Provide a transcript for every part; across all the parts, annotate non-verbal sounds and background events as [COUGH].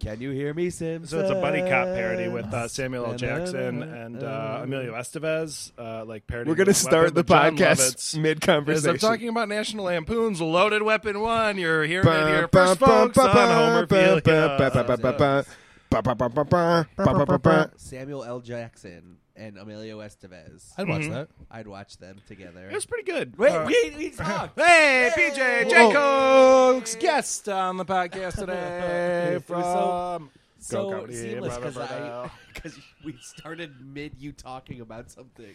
Can you hear me, Simpson? So it's a buddy cop parody with uh, Samuel L. Jackson and uh, Emilio Estevez, uh, like parody. We're going to start the podcast mid As I'm conversation. talking about National Lampoon's Loaded Weapon One, you're hearing it here first, folks, on Homer I'd Samuel L. Jackson and Emilio Estevez. I'd watch that. I'd watch them together. It was pretty good. Wait, Uh, we, we [LAUGHS] talked. hey, PJ Jacobs, Guest on the [LAUGHS] podcast today We're so- from so Go, go, yeah, seamless blah, because [LAUGHS] blah, blah, blah. because we started mid you talking about something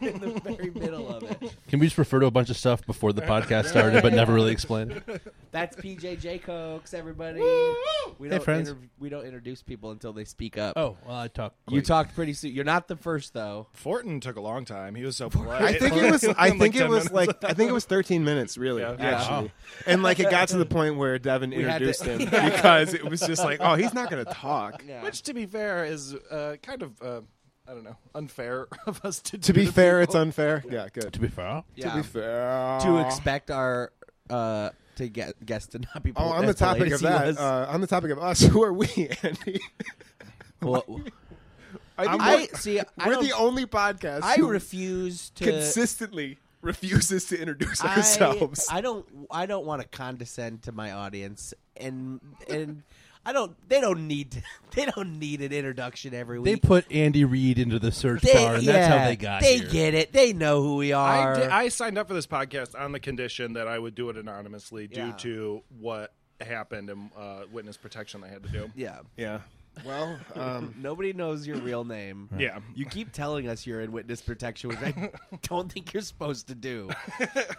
in the very middle of [LAUGHS] it. Can we just refer to a bunch of stuff before the podcast started, but never really explain it? That's PJ Jacobs, everybody. We Hey, don't friends. inter- we don't introduce people until they speak up. [LAUGHS] Oh, well, I talk. you talked pretty soon. You're not the first though. Fortin took a long time. He was so polite. I think [LAUGHS] it was. I Like think it 10 minutes. was like. I think it was 13 minutes, really, actually. And like, it got to the point where Devin had to- [LAUGHS] introduced him because it was just like, oh, he's not going to talk. Yeah. Which, to be fair, is uh, kind of uh, I don't know unfair [LAUGHS] of us to. do To be fair, it's people. unfair. Yeah, good. To be fair, yeah. To be fair. to expect our uh to get guests to not be Oh, on the as polite as topic of he that, was. uh, on the topic of us, [LAUGHS] who are we, Andy? Well, I think I we're- see. I, we're don't- the only podcast I who refuse to consistently refuses to introduce I- ourselves. I don't. I don't want to condescend to my audience, and and I don't. They don't need. To, [LAUGHS] they don't need an introduction every they week. put Andy Reid into the search They- bar, and that's how yeah, they got They here. get it. They know who we I, are. did, I signed up for this podcast on the condition that I would do it anonymously due Yeah. to what happened and uh, witness protection they had to do. yeah. yeah. Well, um, Nobody knows your real name. Yeah. You keep telling us you're in witness protection, which [LAUGHS] I don't think you're supposed to do.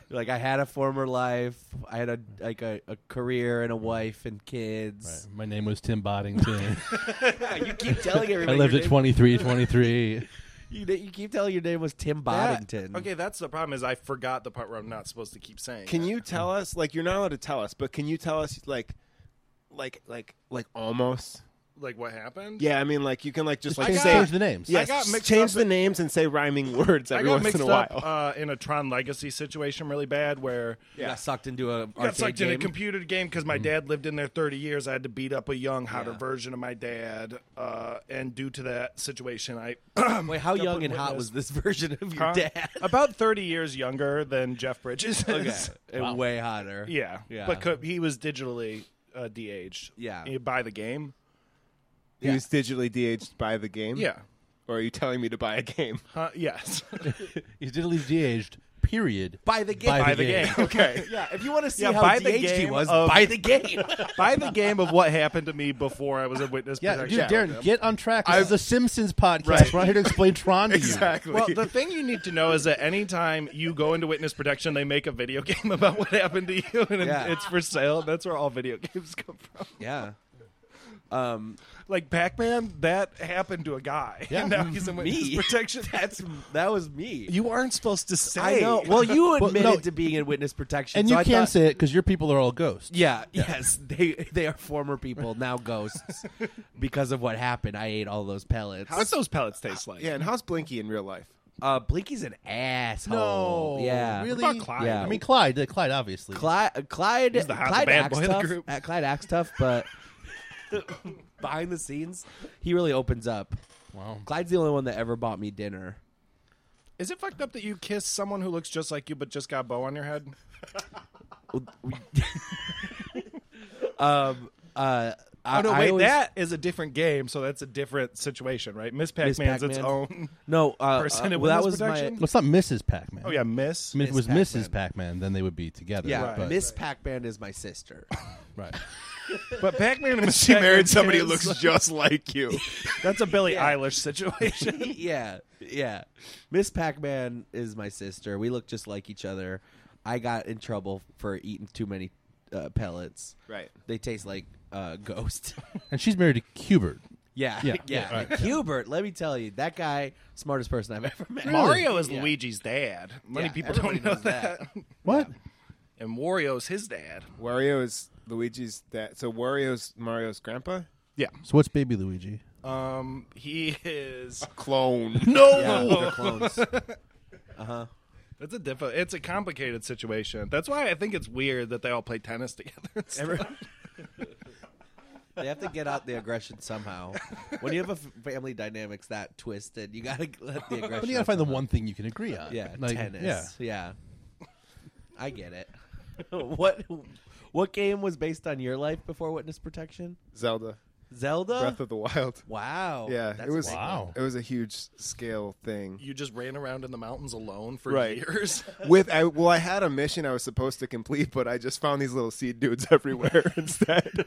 like I had a former life. I had a like a, a career and a wife and kids. My name was [LAUGHS] Tim Boddington. [LAUGHS] You keep telling I everybody. lived your at name- 23, 23. You, you keep telling your name was Tim That- Boddington. okay, that's the problem. Is I forgot the part where I'm not supposed to keep saying. Can you tell us like you're not allowed to tell us, but can you tell us like like like like almost? like what happened? Yeah, I mean like you can like just like Change- say change the names. Yes, I got mixed change up- the names and say rhyming words I every got once mixed in a while. up uh, in a Tron Legacy situation really bad where. You got sucked into a I arcade got sucked game. Mm. in a computer game because my dad lived in there 30 years. I had to beat up a young, hotter Yeah. version of my dad. Uh, and due to that situation, I. [CLEARS THROAT] Wait, how young and hot was witness. this version of your Huh? dad? [LAUGHS] About 30 years younger than Jeff Bridges. is. [LAUGHS] okay, and way hotter. [LAUGHS] Yeah. Yeah. But co- he was digitally uh, de-aged. Yeah. Eh, By the game. He was digitally de-aged by the game. Yeah. Or are you telling me to buy a game? Huh? [LAUGHS] Yes. [LAUGHS] [LAUGHS] He's digitally de-aged. Period. By the game. by the game. Okay. [LAUGHS] Yeah, if you want to see Yeah, how by the DHD game was, of- by the [LAUGHS] game. by the game of what happened to me before I was a witness. Yeah, dude, protection Darren, program. get on track. This I- is the Simpsons podcast. Right. We're not here [LAUGHS] to explain Tron to exactly. Well, the thing you need to know is that anytime you go into witness protection, they make a video [LAUGHS] game about what happened to you, and Yeah. it's for sale. That's where all video [LAUGHS] games come from. yeah. Um, Like Pac-Man, that happened to a guy, [LAUGHS] and now he's in witness me. protection. [LAUGHS] That's that was me. You aren't supposed to say. I know. Well, you [LAUGHS] Well, admitted no. to being in witness protection, And so you I can't thought- say it because your people are all ghosts. Yeah, yes, [LAUGHS] they they are former people now [LAUGHS] ghosts because of what happened. I ate all those pellets. What's those pellets taste like? yeah, and how's Blinky in real life? Uh, Blinky's an asshole. Oh, yeah, really. What about Clyde? Yeah. I mean, Clyde. uh, Clyde, obviously. Clyde, Clyde, the hot- Clyde the bad acts boy of the tough. group. uh, Clyde acts tough, but [LAUGHS] behind the scenes, he really opens up. Wow. Clyde's the only one that ever bought me dinner. Is it fucked up that you kiss someone who looks just like you but just got a bow on your head? Um, uh, I, Oh no, I wait, always- that is a different game, so that's a different situation, right? Miss Pac-Man's its Pac-Man. own. [LAUGHS] no. Uh, person uh, in well, that was witness my protection? What's not Mrs. Pac-Man? Oh yeah, Miss. I mean, if it was Miss Mrs. Pac-Man, then they would be together. yeah. but, Miss Pac-Man is my sister. Right. But Pac-Man and Miss She Pac-Man [LAUGHS] married somebody who kiss. [LAUGHS] looks just like you. That's a [LAUGHS] Billie Eilish situation. [LAUGHS] yeah, yeah. Miss Pac-Man is my sister. We look just like each other. I got in trouble for eating too many uh, pellets. Right. They taste like uh, ghost. And she's married to Hubert. [LAUGHS] yeah, [LAUGHS] yeah. Yeah, yeah, right. Hubert, let me tell you, that guy smartest person I've ever [LAUGHS] met. Mario is Yeah. Luigi's dad. Many Yeah, people everybody don't know knows that. that. What? And Wario's his dad. Wario is Luigi's dad. So Wario's Mario's grandpa? Yeah. So what's Baby Luigi? Um, he [LAUGHS] is. Clone. No, Yeah, they're [LAUGHS] clones. that's a diff. It's a complicated [LAUGHS] situation. That's why I think it's weird that they all play tennis together. and stuff. [LAUGHS] They have to get out the aggression somehow. When you have a f- family dynamics that twisted, you gotta [LAUGHS] let the aggression. But you gotta find the out one thing you can agree on. somehow. Yeah, [LAUGHS] Like, tennis. Yeah. I get it. [LAUGHS] what what game was based on your life before witness protection? Zelda Zelda. Breath of the Wild. wow. Yeah, Oh, That's it was wild. Wow. it was a huge scale thing. You just ran around in the mountains alone for Right. years. With I well, I had a mission I was supposed to complete, but I just found these little seed dudes [LAUGHS] everywhere [LAUGHS] instead.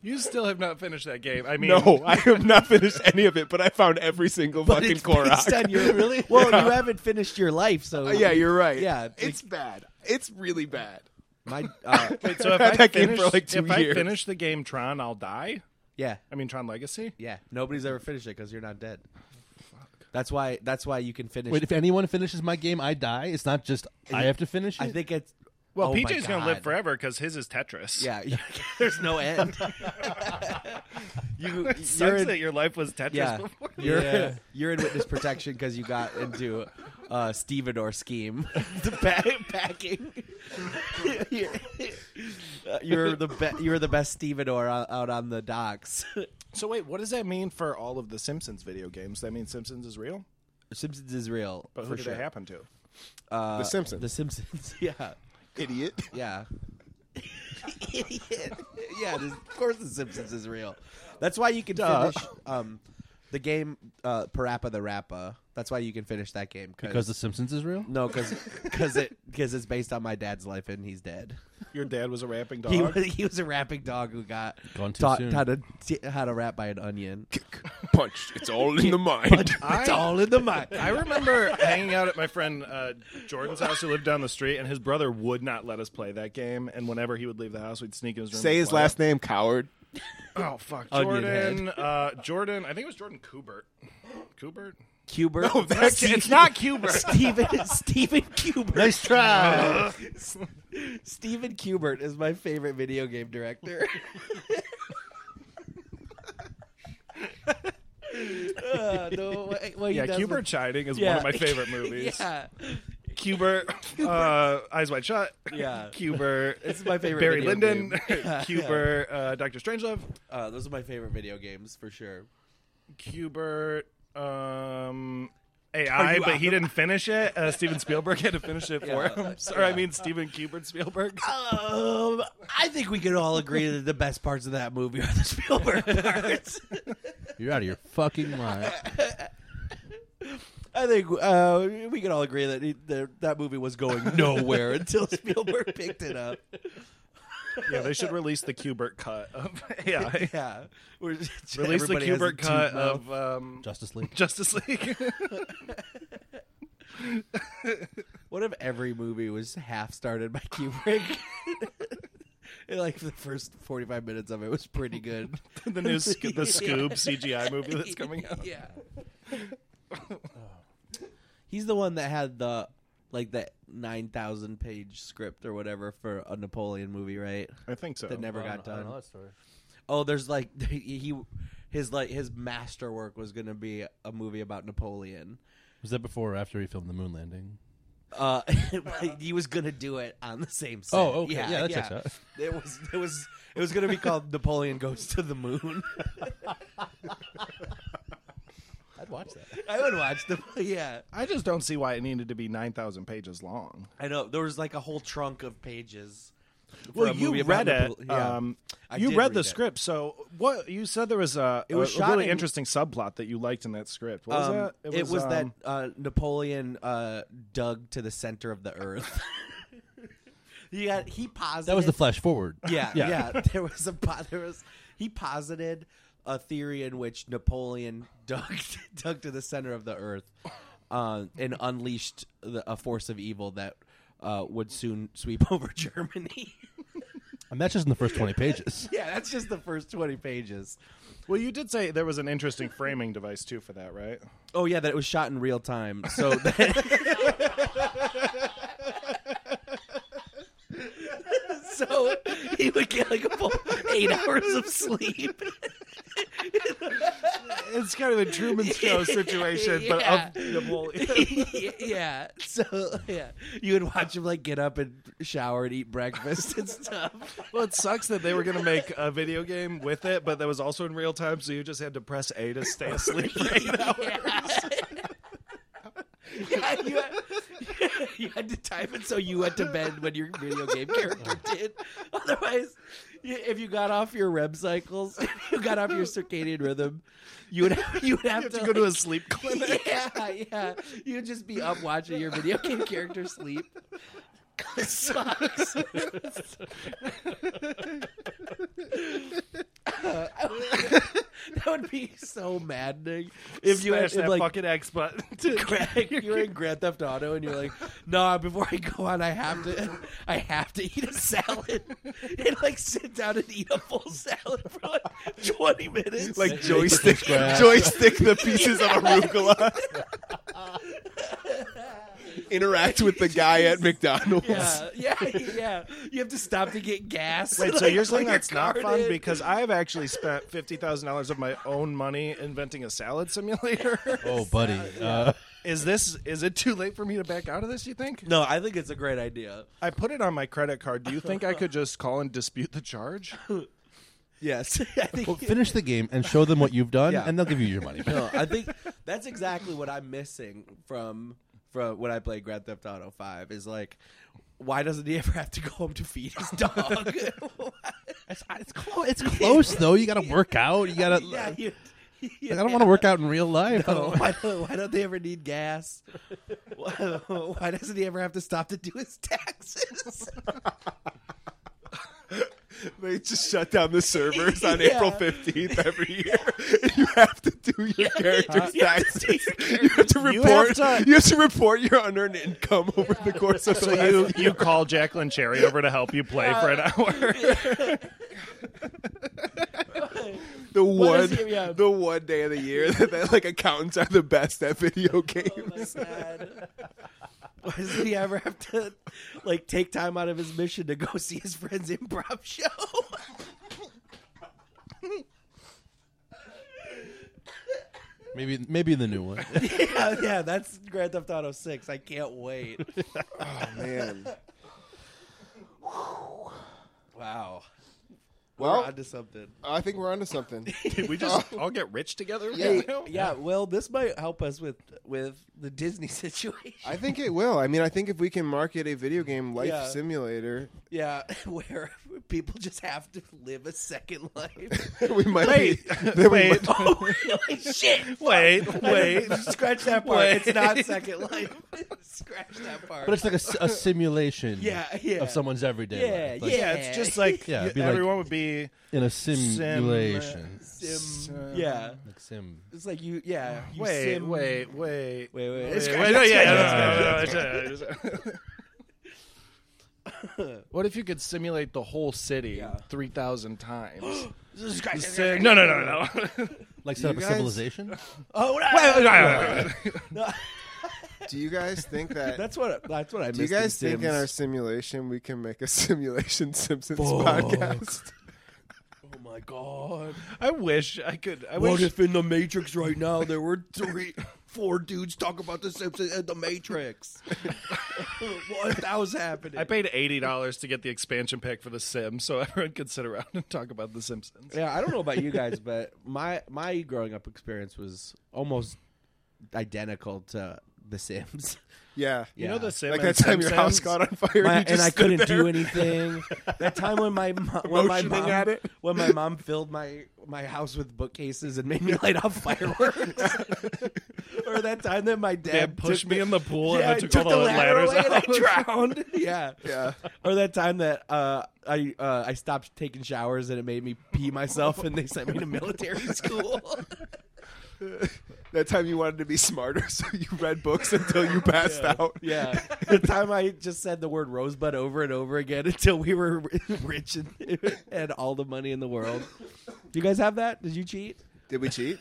You still have not finished that game. I mean, No, I have not finished any of it, but I found every single But [LAUGHS] fucking it's based Korok. Uh, on [LAUGHS] your really. Well, you haven't finished your life, so yeah, you're right. Yeah, like- it's bad. It's really bad. my. [LAUGHS] Uh, Wait, [LAUGHS] so if That I game for finish, like two if I years. finish the game Tron, I'll die. yeah, I mean, Tron Legacy. yeah. Nobody's ever finished it because you're not dead. That's why. That's why you can finish. Wait, if anyone finishes my game, I die. It's not just I have to finish it. I think it's. Well, oh my PJ's gonna live God. forever because his is Tetris. Yeah, [LAUGHS] there's no end. you, [LAUGHS] It you're sucks in, that your life was Tetris yeah, [LAUGHS] before. you're Yeah. you're in witness protection because you got into uh, stevedore scheme, [LAUGHS] [LAUGHS] the pa- packing. you're, you're the be- you're the best stevedore out, out on the docks. [LAUGHS] So wait, what does that mean for all of the Simpsons video games? That means Simpsons is real, Simpsons is real, but who for did sure. it happen to? Uh, The Simpsons. The Simpsons, [LAUGHS] yeah, Idiot. yeah. Idiot. [LAUGHS] yeah, this- of course the Simpsons is real. That's why you can finish um, the game uh, Parappa the Rappa. That's why you can finish that game because The Simpsons is real. no, because it because it's based on my dad's life and he's dead. [LAUGHS] Your dad was a rapping dog. He was, he was a rapping dog who got Gone too taught soon. how to t- how to rap by an onion. Punched. It's all in the mind. [LAUGHS] it's all in the mind. I remember hanging out at my friend uh, Jordan's house, who lived down the street, and his brother would not let us play that game. And whenever he would leave the house, we'd sneak in his room. Say and his play last name, coward. it. Oh fuck, Onion head. Jordan. Uh, Jordan. I think it was Jordan Kubert. Kubert. [LAUGHS] Cubert. Oh, [LAUGHS] No, that's- It's not Kubert. [LAUGHS] Stephen Stephen Cubert. Nice try. Stephen Cubert is my favorite video game director. [LAUGHS] Uh, no, wait, well, he Yeah, does Kubert look- Shining is Yeah. one of my favorite movies. [LAUGHS] Yeah, Kubert, uh, Eyes Wide Shut. Yeah. Kubert. It's my favorite Barry video Lyndon. game. [LAUGHS] [LAUGHS] Yeah. Kubert. Uh, Doctor Strangelove. uh, those are my favorite video games for sure. Kubert. Um, AI, but he didn't finish it. Uh, Steven Spielberg had to finish [LAUGHS] it Yeah. for him. Sorry, I mean Steven Kubert [LAUGHS] Spielberg. Um, I think we could all agree that the best parts of that movie are the Spielberg [LAUGHS] parts. You're out of your fucking mind. [LAUGHS] I think uh, we could all agree that he, that that movie was [LAUGHS] going nowhere until Spielberg picked it up. Yeah, they should release the Kubert cut of [LAUGHS] AI. Yeah, We're just- [LAUGHS] Release the everybody has a Kubert tube cut mouth. of um, Justice League. Justice League. [LAUGHS] What if every movie was half started by Kubrick? [LAUGHS] And, like the first forty-five minutes of it was pretty good. [LAUGHS] the new [LAUGHS] Sc- the Scoob CGI movie that's coming out. Yeah. [LAUGHS] He's the one that had the like the nine thousand page script or whatever for a Napoleon movie, right? I think so. That [LAUGHS] never got done. Oh, there's like [LAUGHS] he his like his masterwork was gonna be a movie about Napoleon. Was that before or after he filmed the moon landing? Uh, [LAUGHS] like, he was gonna do it on the same set. Oh, okay. Yeah, that checks out. It was it was it was gonna be called Napoleon Goes to the Moon. [LAUGHS] I'd watch that. I would watch the yeah. I just don't see why it needed to be 9,000 pages long. I know there was like a whole trunk of pages. for Well, a you movie about read it. Napole- yeah. Um, I you did read the read it. script. So what you said there was a, it was was a shot really in- interesting subplot that you liked in that script. What was Um, that? it was that um, uh, Napoleon uh, dug to the center of the earth. [LAUGHS] he got he posited That was the flash forward. Yeah, yeah. [LAUGHS] [LAUGHS] Yeah. There was a po- there was he posited a theory in which Napoleon [LAUGHS] dug dug to the center of the earth uh, and unleashed the, a force of evil that uh, would soon sweep [LAUGHS] over Germany. And that's just in the first 20 pages. [LAUGHS] yeah, that's just the first twenty pages. Well, you did say there was an interesting framing device too for that, right? Oh yeah, that it was shot in real time. [LAUGHS] So that- So [LAUGHS] he would get like a full eight hours of sleep. it's kind of a [LAUGHS] Truman Show situation, but um, Yeah. of Napoleon. [LAUGHS] yeah. So yeah, you would watch him like get up and shower and eat breakfast and [LAUGHS] stuff. Well, it sucks that they were going to make a video game with it, but that was also in real time, so you just had to press A to stay asleep for [LAUGHS] eight hours. Yeah, [LAUGHS] you had, [LAUGHS] you had to time it so you went to bed when your video game [LAUGHS] character did. Otherwise, y- if you got off your REM cycles, [LAUGHS] if you got off your circadian rhythm, you would [LAUGHS] have, you would have, You have to, to go to a like- [LAUGHS] sleep clinic. Yeah, yeah. You'd just be up watching your video game character sleep. It [LAUGHS] sucks. that would be so maddening if you Smash had that like [LAUGHS] fucking X button. [LAUGHS] Greg, you're in Grand Theft Auto, and you're like, "Nah, before I go on, I have to, I have to eat a salad," [LAUGHS] and like sit down and eat a full salad for like 20 minutes. Like joystick, scratch. joystick the pieces [LAUGHS] of arugula. Interact with the guy at McDonald's. yeah, Uh, [LAUGHS] yeah, yeah. You have to stop to get [LAUGHS] gas. Wait, so like, you're saying put your that's not card fun? in. Because I have actually spent fifty thousand dollars of my own money inventing a salad simulator. Oh, buddy. Uh, [LAUGHS] [LAUGHS] is this is it too late for me to back out of this? You think? no, I think it's a great idea. I put it on my credit card. Do you think I could just call and dispute [LAUGHS] the charge? Yes, [LAUGHS] I think. well, finish the game and show them what you've done, Yeah. and they'll give you your money back. no, I think [LAUGHS] that's exactly what I'm missing from from when I play Grand Theft Auto Five. Is like, why doesn't he [LAUGHS] ever have to go home to feed his dog? It's, it's close. [LAUGHS] It's close though. You got to work out. You got to. yeah, you, I [LAUGHS] don't want to work out in real life. I Oh, don't- [LAUGHS] [LAUGHS] why, don't, why don't they ever need gas? Why, [LAUGHS] why doesn't he ever have to stop to do his taxes? They just shut down the servers on Yeah. April 15th every year. You have to do your [LAUGHS] character's you have to do taxes. your You have to You have report. You have to- to, report your unearned income over the course of the So last you you call Jacqueline Cherry over to help you play for an [LAUGHS] hour. [LAUGHS] the one does he- yeah. the one day of the year that, that like accountants are the best at Oh, video games. [LAUGHS] Why doesn't he ever have to like take time out of his mission to go [LAUGHS] see his friend's improv [LAUGHS] show? [LAUGHS] Maybe maybe the new one. yeah, yeah, that's Grand Theft Auto Six. I can't wait. Man, Wow, we're well, onto something. I think we're onto something. Did we just all get rich together? [LAUGHS] Yeah. Oh. Yeah, well, this might help us with with the Disney [LAUGHS] situation. I think it will. I mean, I think if we can market a video game life Yeah. simulator, [LAUGHS] Yeah, [LAUGHS] where people just have to live a second life. we might Wait, be. [LAUGHS] then we wait, [LAUGHS] oh, really? Shit. wait, wait. Scratch that part. It's not Second Life. [LAUGHS] Scratch that part. But it's like a s- a, simulation. Yeah, yeah. Of someone's everyday Yeah, life. Like, Yeah, it's just like Yeah, it'd be like- everyone would be. In a simulation. sim. Yeah, Like sim. it's like you. Yeah, you Wait, sim- wait, wait, wait, wait. Wait, Scratch wait, no, that part. yeah, no, no, no, [LAUGHS] no, no, no. What if you could simulate the whole city Yeah. three thousand times? Scratch that Say- no, no, no, no. Like set up a guys- [LAUGHS] civilization. Oh No, no! no, no. do you guys think that? That's what. That's what I. do you guys think in our simulation we can make a [LAUGHS] simulation Simpsons podcast? [LAUGHS] Oh my god! [GASPS] I wish I could. I What wish. if in the Matrix right now there were three, four dudes talking about the Simpsons and the Matrix? [LAUGHS] what if that was happening? I paid eighty dollars to get the expansion pack for The Sims, so [LAUGHS] everyone could sit around and talk about The Simpsons. [LAUGHS] Yeah, I don't know about you guys, but my my growing up experience was almost identical to The [LAUGHS] Sims. Yeah. You know The Sims. Like that time your house caught on My- fire, and, you and just I stood couldn't there. do [LAUGHS] anything. That time when my mo- when my Motioning mom at it. when my mom filled my my house with bookcases and made me light off fireworks. [LAUGHS] or that time that my dad Dad pushed took me the- in the pool, yeah, and I took, all the, ladder ladders away out. and I drowned. [LAUGHS] Yeah. Yeah. Or that time that uh, I uh, I stopped taking showers and it made me pee myself and they sent me to military [LAUGHS] school. [LAUGHS] That time you wanted to be smarter, [LAUGHS] so you read books until you passed out. Yeah. [LAUGHS] The time I just said the word rosebud over and over again [LAUGHS] until we were rich and had all the money in the world. Do you guys have that? Did you cheat? [LAUGHS] Did we cheat?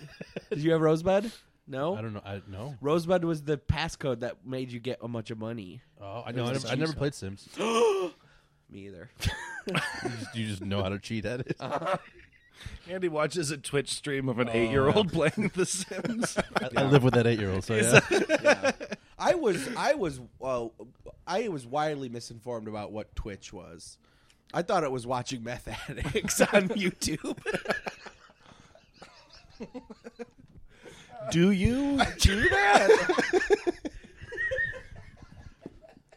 Did you have rosebud? No? I don't know. I no. Rosebud was the passcode that made you get a bunch of money. Oh, I know. I never, I never played Sims. You Me either. just, you just know how to cheat at it. [LAUGHS] Andy watches a Twitch stream of an eight-year-old playing The [LAUGHS] Sims. I, I live with that eight year old, so yeah. [LAUGHS] I was I was uh, I was widely misinformed about what Twitch was. I thought it was watching meth addicts on YouTube. Do you? Do that.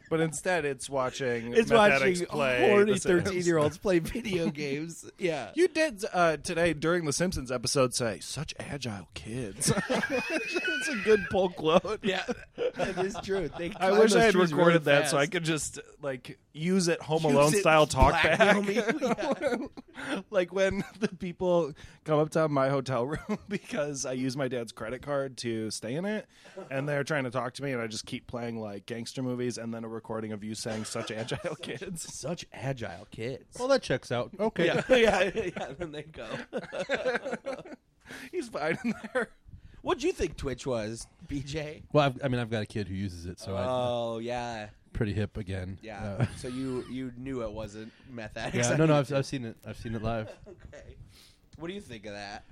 but instead, it's watching. [LAUGHS] It's meth addicts watching play horny The Sims. thirteen year olds play video [LAUGHS] games. Yeah, You did uh, today during the Simpsons episode say such agile kids. That's a good pull quote. yeah, [LAUGHS] that is true. They I climb wish those I had trees recorded really that so I fast. could just like use it Home Use Alone it, style talk blackmail [LAUGHS] back. me. Yeah. like when [LAUGHS] the people come up to my hotel [LAUGHS] room because I use my dad's credit card to stay in it, and they're trying to talk to me, and I just keep playing like gangster movies, and then a recording of you [LAUGHS] saying "such agile kids." Such agile kids. Well, that checks out. Okay. yeah, [LAUGHS] yeah, yeah. Then they go. He's fine in there. [LAUGHS] [LAUGHS] What'd you think Twitch was, BJ? Well, I've, I mean, I've got a kid who uses it, so I'm Oh yeah, pretty hip again. yeah. Uh, [LAUGHS] so you you knew it wasn't meth addicts. yeah. on No, no, YouTube. I've, I've seen it. I've seen it live. [LAUGHS] Okay. What do you think of that?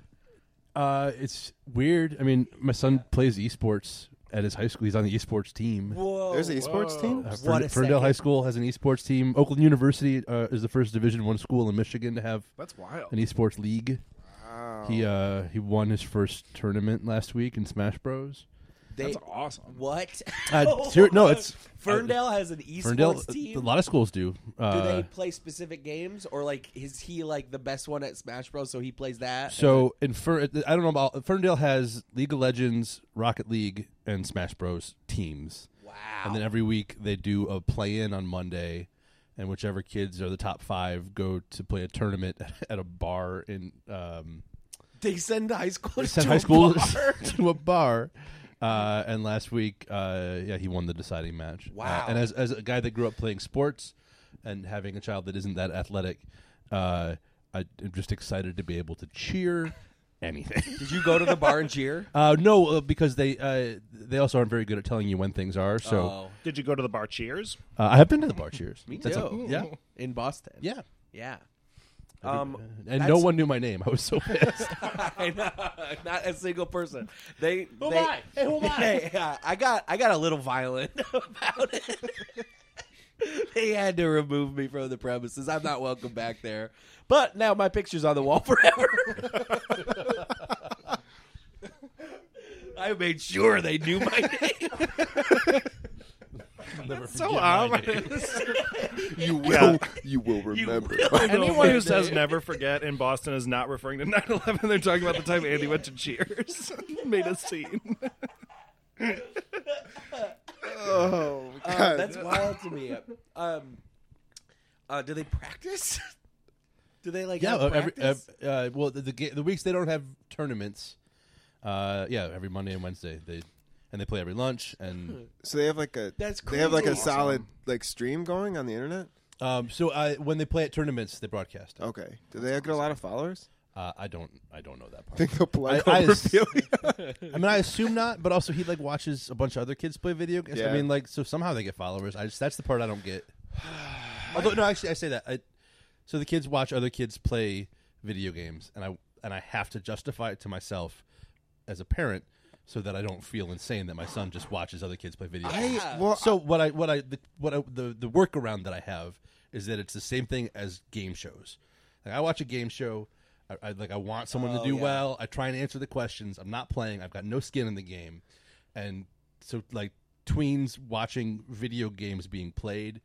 Uh, it's weird. I mean, my son plays esports at his high school. He's on the esports team. Oh, Whoa. There's an esports team. Uh, What Fern- a Ferndale second. High School has an esports team. Oakland University uh, is the first Division One school in Michigan to have That's wild. an esports league. He uh, he won his first tournament last week in Smash Bros. They- That's awesome. [LAUGHS] What? Uh, ser- no, it's- Ferndale has an esports Ferndale, uh, team. a lot of schools do. Uh, do they play specific games, or like is he like the best one at Smash Bros? So he plays that. So in Fer- uh, I don't know about Ferndale has League of Legends, Rocket League, and Smash Bros teams, wow. and then every week they do a play in on Monday, and whichever kids are the top five go to play a tournament [LAUGHS] at a bar in. Um, they send high school. sent to high a schoolers [LAUGHS] bar. to a bar. Uh, and last week, uh, yeah, he won the deciding match. Wow. Uh, and as, as a guy that grew up playing sports and having a child that isn't that athletic, uh, I, am just excited to be able to [LAUGHS] cheer anything. Did you go to the bar and [LAUGHS] cheer? uh, no, uh, because they uh, they also aren't very good at telling you when things are. So Oh, [LAUGHS] Did you go to the bar? Cheers. uh, I have been to the bar cheers. me That's all- too. yeah, in Boston. yeah. yeah. Um, And no That's- one knew my name. I was so [LAUGHS] pissed. [LAUGHS] I know. [LAUGHS] Not a single person. They. Who they, am I? Hey, who am I? [LAUGHS] Hey, yeah, I got. I got a little violent [LAUGHS] about it. [LAUGHS] they had to remove me from the premises. I'm not welcome back there. But now my picture's on the wall [LAUGHS] forever. I made sure they knew my name. [LAUGHS] [LAUGHS] Never So forget my name. ominous. [LAUGHS] You will. Yeah. You will remember. [LAUGHS] [LAUGHS] Anyone who says never forget in Boston is not referring to [LAUGHS] 9 11. They're talking about the time Andy went to Cheers. Made a scene. oh Uh, that's wild to me. Um, uh, do they practice? [LAUGHS] Do they like Yeah, have uh, every, practice? ev- uh, well, the, the ga- the weeks they don't have tournaments. Uh, yeah, every Monday and Wednesday they and they play every lunch and So they have like a. That's They have like a crazy. solid like stream going on the internet. um, so I, when they play at tournaments they broadcast. it. Okay. Do they get a lot of [LAUGHS] followers? Uh, I don't I don't know that part. Think they'll polite I- I- [LAUGHS] overfeeling. I mean I assume not, but also he like watches a bunch of other kids play video games. I Yeah. mean like so somehow they get followers. I just that's the part I don't [SIGHS] get. Although no, actually I say that. I, so the kids watch other kids play video games, and I and I have to justify it to myself as a parent so that I don't feel insane that my son just watches other kids play video games. I well so what I what I the, what I, the the workaround that I have is that it's the same thing as game shows. Like I watch a game show, I, I like I want someone Oh, to do yeah. well. I try and answer the questions. I'm not playing. I've got no skin in the game, and so like tweens watching video games being played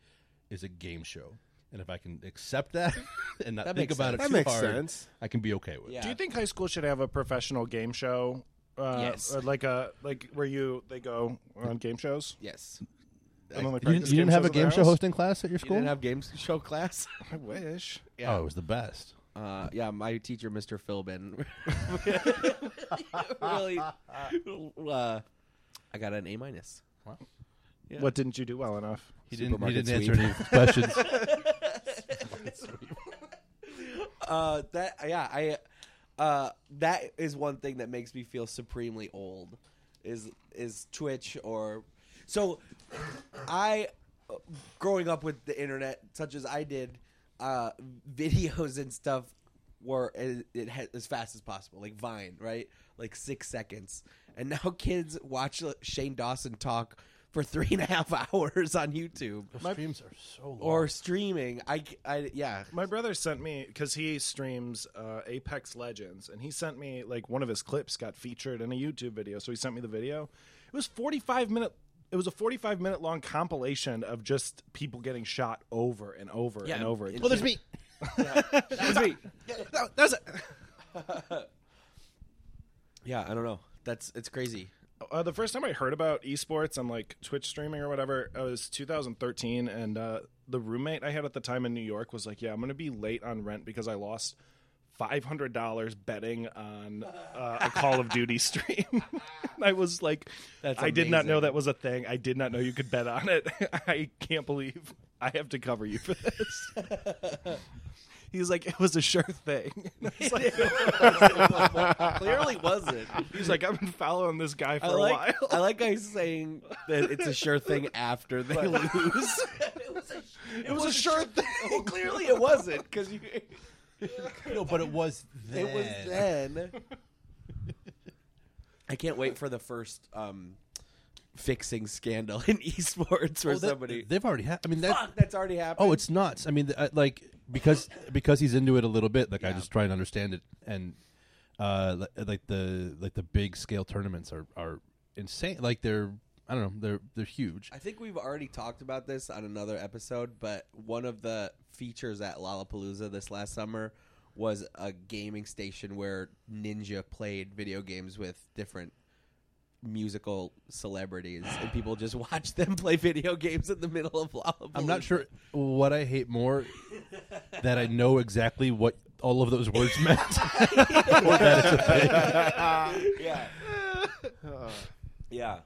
is a game show. And if I can accept that [LAUGHS] and not That think makes about sense. it that too makes hard, sense. I can be okay with. it. Yeah. Do you think high school should have a professional game show? Uh, Yes. or like a like where you they go on game shows. yes. And only You didn't, practice you didn't have shows a at their game show house? hosting class at your You school? didn't have games show class. I wish. Oh, it was the best. Uh, yeah, my teacher, Mr. Philbin, [LAUGHS] really. Uh, I got an A minus. What didn't you do well enough? He didn't, he Supermarket didn't answer any [LAUGHS] questions. Uh, that yeah, I. Uh, that is one thing that makes me feel supremely old. Is is Twitch or so? I uh, growing up with the internet, such as I did, uh, videos and stuff were it, it had, as fast as possible, like Vine, right? Like six seconds. And now [LAUGHS] kids watch Shane Dawson talk for three and a half [LAUGHS] hours on YouTube Those streams are so long. or streaming. I, c- I- yeah. My brother sent me because he streams uh, Apex Legends, and he sent me like one of his clips got featured in a YouTube video. So he sent me the video. It was forty five minute. It was a forty five minute long compilation of just people getting shot over and over Yeah, and over it- again. Well, there's me. That's me. That- that's Yeah, I don't know. That's it's [LAUGHS] crazy. uh, the first time I heard about esports on like Twitch streaming or whatever. It was 2013, and uh, the roommate I had at the time in New York was like, "Yeah, I'm gonna be late on rent because I lost." Five hundred dollars betting on uh, a Call of Duty [LAUGHS] stream. And I was like, That's I did not amazing. know that was a thing. I did not know you could bet on it. [LAUGHS] I can't believe I have to cover you for this." [LAUGHS] He's like, "It was a sure thing." [LAUGHS] And I was [LAUGHS] like, [LAUGHS] Clearly wasn't. He's like, "I've been following this guy for I a like, while." I like guys saying that it's a sure thing after they lose. [LAUGHS] it was a, it was a sure thing. [LAUGHS] Well, clearly it wasn't because you. No, but it was then. It was then. [LAUGHS] I can't wait for the first um, fixing scandal in [LAUGHS] esports where Well, that- somebody. They've already had. I mean, that, Fuck, that's already happened. oh, it's nuts. I mean, th- uh, like because because he's into it a little bit. Like I just try and understand it, and uh, li- like the like the big scale tournaments are are insane. Like they're I don't know they're they're huge. I think we've already talked about this on another episode, but one of the features at Lollapalooza this last summer was a gaming station where Ninja played video games with different musical celebrities, and people just [LAUGHS] watched them play video games in the middle of Lollapalooza. I'm not sure what I hate more that I know exactly what all of those words meant. or that it's a thing. [LAUGHS] yeah. yeah.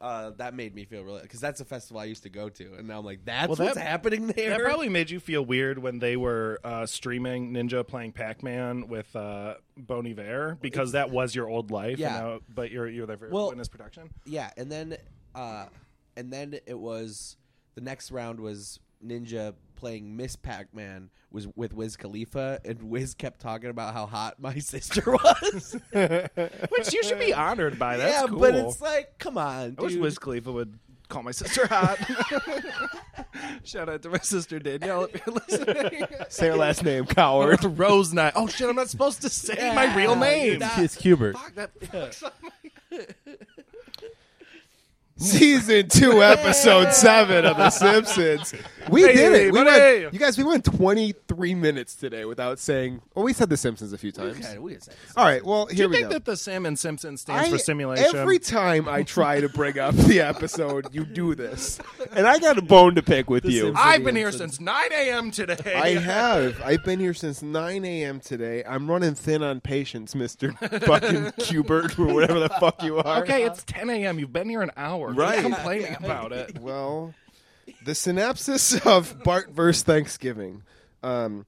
Uh, that made me feel really because that's a festival I used to go to, and now I'm like, that's Well, what's that- happening there. That probably made you feel weird when they were uh, streaming Ninja playing Pac Man with uh, Bon Iver because that was your old life. Yeah. You know, but you're you're there for Well- witness protection. yeah, and then, uh, and then it was the next round was Ninja playing Miss Pac-Man was with Wiz Khalifa, and Wiz kept talking about how hot my [LAUGHS] sister was. Which you should be honored by. That's yeah, cool. but it's like, come on, dude. I [LAUGHS] wish Wiz Khalifa would call my sister hot. [LAUGHS] Shout out to my sister Danielle if you're listening. Say her last name, coward. Rose Knight. Oh shit! I'm not supposed to say my Yeah, real you're name. not- It's Hubert. [LAUGHS] Season two, episode seven of The Simpsons. We Hey, did it. We buddy. went, you guys, we went 23 minutes today without saying. Well, we said The Simpsons a few times. Okay, wait a second. All right. Well, Do here you we think go. that the Salmon Simpson stands I- for simulation? Every time I try to bring up the episode, you do this, and I got a bone to pick with you. Simpsons. I've been here since 9 a.m. today. [LAUGHS] I have. I've been here since 9 a.m. today. I'm running thin on patience, Mister [LAUGHS] Fucking Cubert, or whatever the fuck you are. Okay, it's 10 a.m. You've been here an hour. Keep Right. complaining about it. Well, the synopsis of Bart versus Thanksgiving. Um,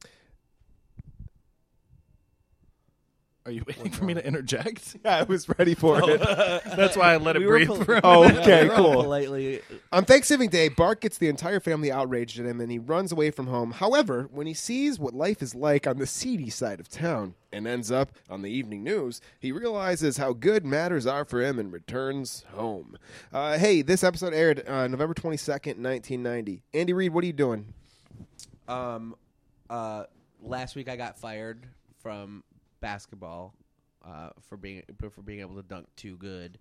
Are you waiting for me to interject? yeah, I was ready for it. [LAUGHS] That's why I let it We were breathe pol- through. [LAUGHS] [LAUGHS] Oh, Yeah, okay, we're all cool. Politely, On Thanksgiving Day, Bart gets the entire family outraged at him and he runs away from home. However, when he sees what life is like on the seedy side of town and ends up on the evening news, he realizes how good matters are for him and returns home. Uh, hey, this episode aired uh, November 22nd, 1990. Andy Reid, what are you doing? Um, uh, last week I got fired from basketball, uh, for being for being able to dunk too good.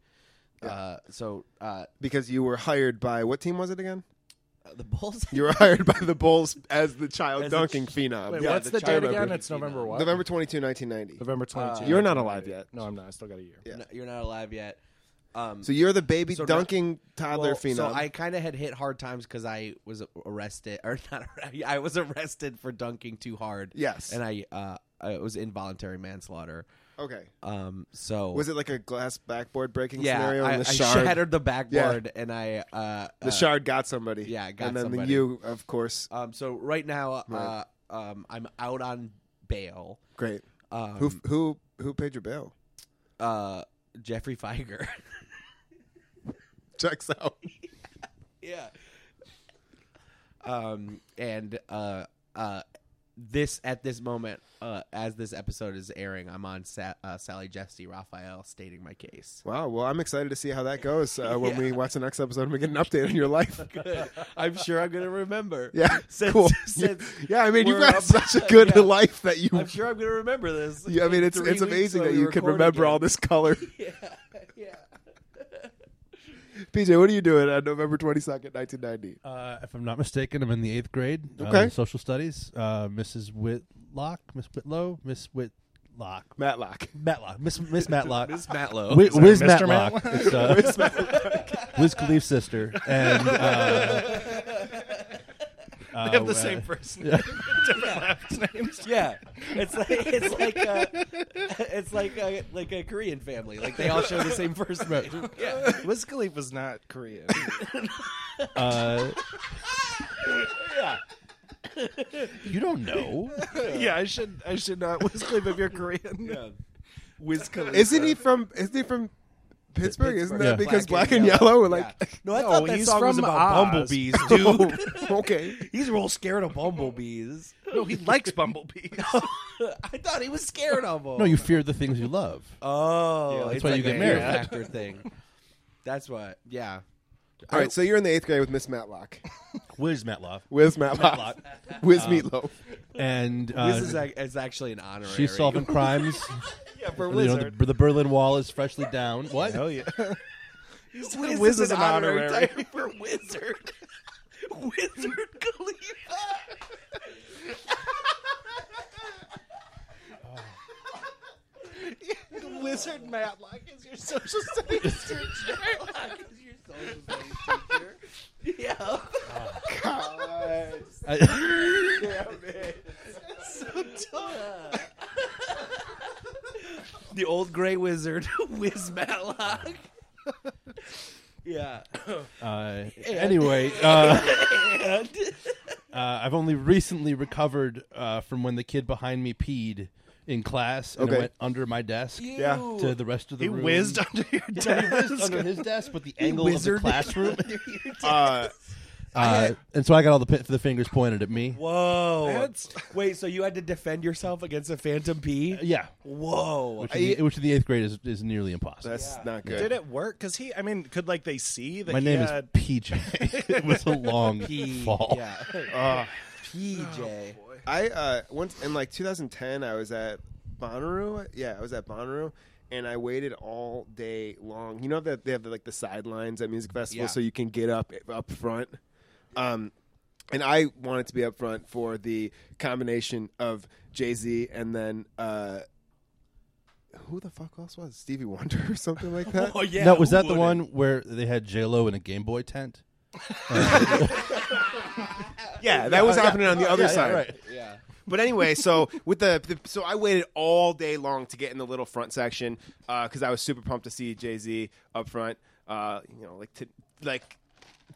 Uh, so uh, Because you were hired by what team was it again? the Bulls. [LAUGHS] You were [LAUGHS] hired by the Bulls as the child As a dunking ch- phenom. Wait, Yeah, what's the the, child date again? remember. It's November what? November 22, 1990. November 22. Uh, You're not alive yet. No, I'm not. I still got a [LAUGHS] year. Yeah. No, you're not alive yet. Um, So you're the baby So now- dunking toddler well, phenom. So I kind of had hit hard times because I was arrested, or [LAUGHS] not? arre- I was arrested for dunking too hard. Yes. and I uh, I- it was involuntary manslaughter. okay. Um, so Was it like a glass backboard breaking Yeah, scenario? I, and the I shard, shattered the backboard, and I uh, the uh, shard got somebody. yeah, got and then somebody. you, of course, Um, so right now, Right. Uh, um, I'm out on bail. great. Um, Who who who paid your bail? uh, Jeffrey Feiger. [LAUGHS] Checks out. yeah. Um, and uh, uh, this at this moment, uh, as this episode is airing, I'm on Sa- uh, Sally Jesse Raphael stating my case. [LAUGHS] Wow. Well, I'm excited to see how that goes uh, when we watch the next episode and we get an update on [LAUGHS] your life. Good. I'm sure I'm gonna remember. [LAUGHS] Yeah. [LAUGHS] Since- cool. since [LAUGHS] yeah. I mean, you've we're had up- such [LAUGHS] a good Yeah. life that you. I'm sure I'm gonna remember this. Yeah, I mean, in it's three it's weeks amazing when that we you can record remember again. all this color. [LAUGHS] Yeah, yeah. PJ, what are you doing on November 22nd, 1990? Uh, if I'm not mistaken, I'm in the eighth grade. uh, Okay. social studies. Uh, Mrs. Whitlock, Miss Whitlow, Miss Whitlock, Matlock. Matlock, Miss Miss Matlock, Miss Matlow. Wi- Wiz Mr. Matlock. It's, uh, Wiz Khalif's sister, and uh, [LAUGHS] They have the uh, same first name, different last [LAUGHS] names. Yeah, it's like it's like a, it's like a, like a Korean family. Like they all share the same first name. Yeah, Wiz Khalifa's not Korean. Uh, yeah, you don't know. [LAUGHS] yeah. I should, I should not. Wiz Khalifa, if you're Korean, yeah. [LAUGHS] Wiz Khalifa. Isn't he from? Isn't he from Pittsburgh? Isn't that Yeah. because black, and yellow? are like, no, I No, thought that Oh, he's song was from about Oz. bumblebees, [LAUGHS] Oh, dude. okay. he's real scared of bumblebees. No, he likes bumblebees. [LAUGHS] I thought he was scared of them. No, you fear the things you love. Oh, Yeah, it's that's why like you get a married. fear factor thing. That's what. Yeah. All right. So you're in the eighth grade with Miss [LAUGHS] Matlock, Wiz Matlock, Wiz Matlock, Um, Wiz Meatloaf. and uh, This is, ac- it's actually an honorary. she's solving crimes. yeah, for you know, the, the Berlin Wall is freshly down. What? Hell yeah. He's Wiz Wiz is an honorary. title for wizard. [LAUGHS] wizard [LAUGHS] Khalifa. Oh. Wizard Matlock is [LAUGHS] your social studies teacher. [LAUGHS] Yeah. I- [LAUGHS] The old gray wizard, [LAUGHS] Wiz Matlock. [LAUGHS] [LAUGHS] yeah. uh, anyway, uh, [LAUGHS] uh, I've only recently recovered uh, from when the kid behind me peed in class and it Okay. went under my desk Yeah. to the rest of the He room. whizzed under [LAUGHS] your desk. under his desk, but the angle of the wizard. classroom. [LAUGHS] Uh, uh, and so I got all the pit the fingers pointed at me. Whoa. That's- Wait, so you had to defend yourself against a phantom [LAUGHS] pee? Yeah, Whoa. which, in the, which in the eighth grade is, is nearly impossible. that's not [LAUGHS] good. Did it work? Because he, I mean, could like they see that my he name had- is PJ. it was a long P- [LAUGHS] fall. Yeah. Uh, PJ. I uh, once in like 2010, I was at Bonnaroo. Yeah, I was at Bonnaroo, and I waited all day long. You know that they have like the sidelines at music festivals, Yeah. so you can get up eh, up front. Um, and I wanted to be up front for the combination of Jay Z and then uh, who the fuck else was it? Stevie Wonder [LAUGHS] or something like that. Oh yeah. now, was that who the wouldn't? one where they had J Lo in a Game Boy tent? yeah, that was happening on the other side. Yeah. But anyway, so with the, the so I waited all day long to get in the little front section because I was super pumped to see Jay Z up front. Uh, you know, like to, like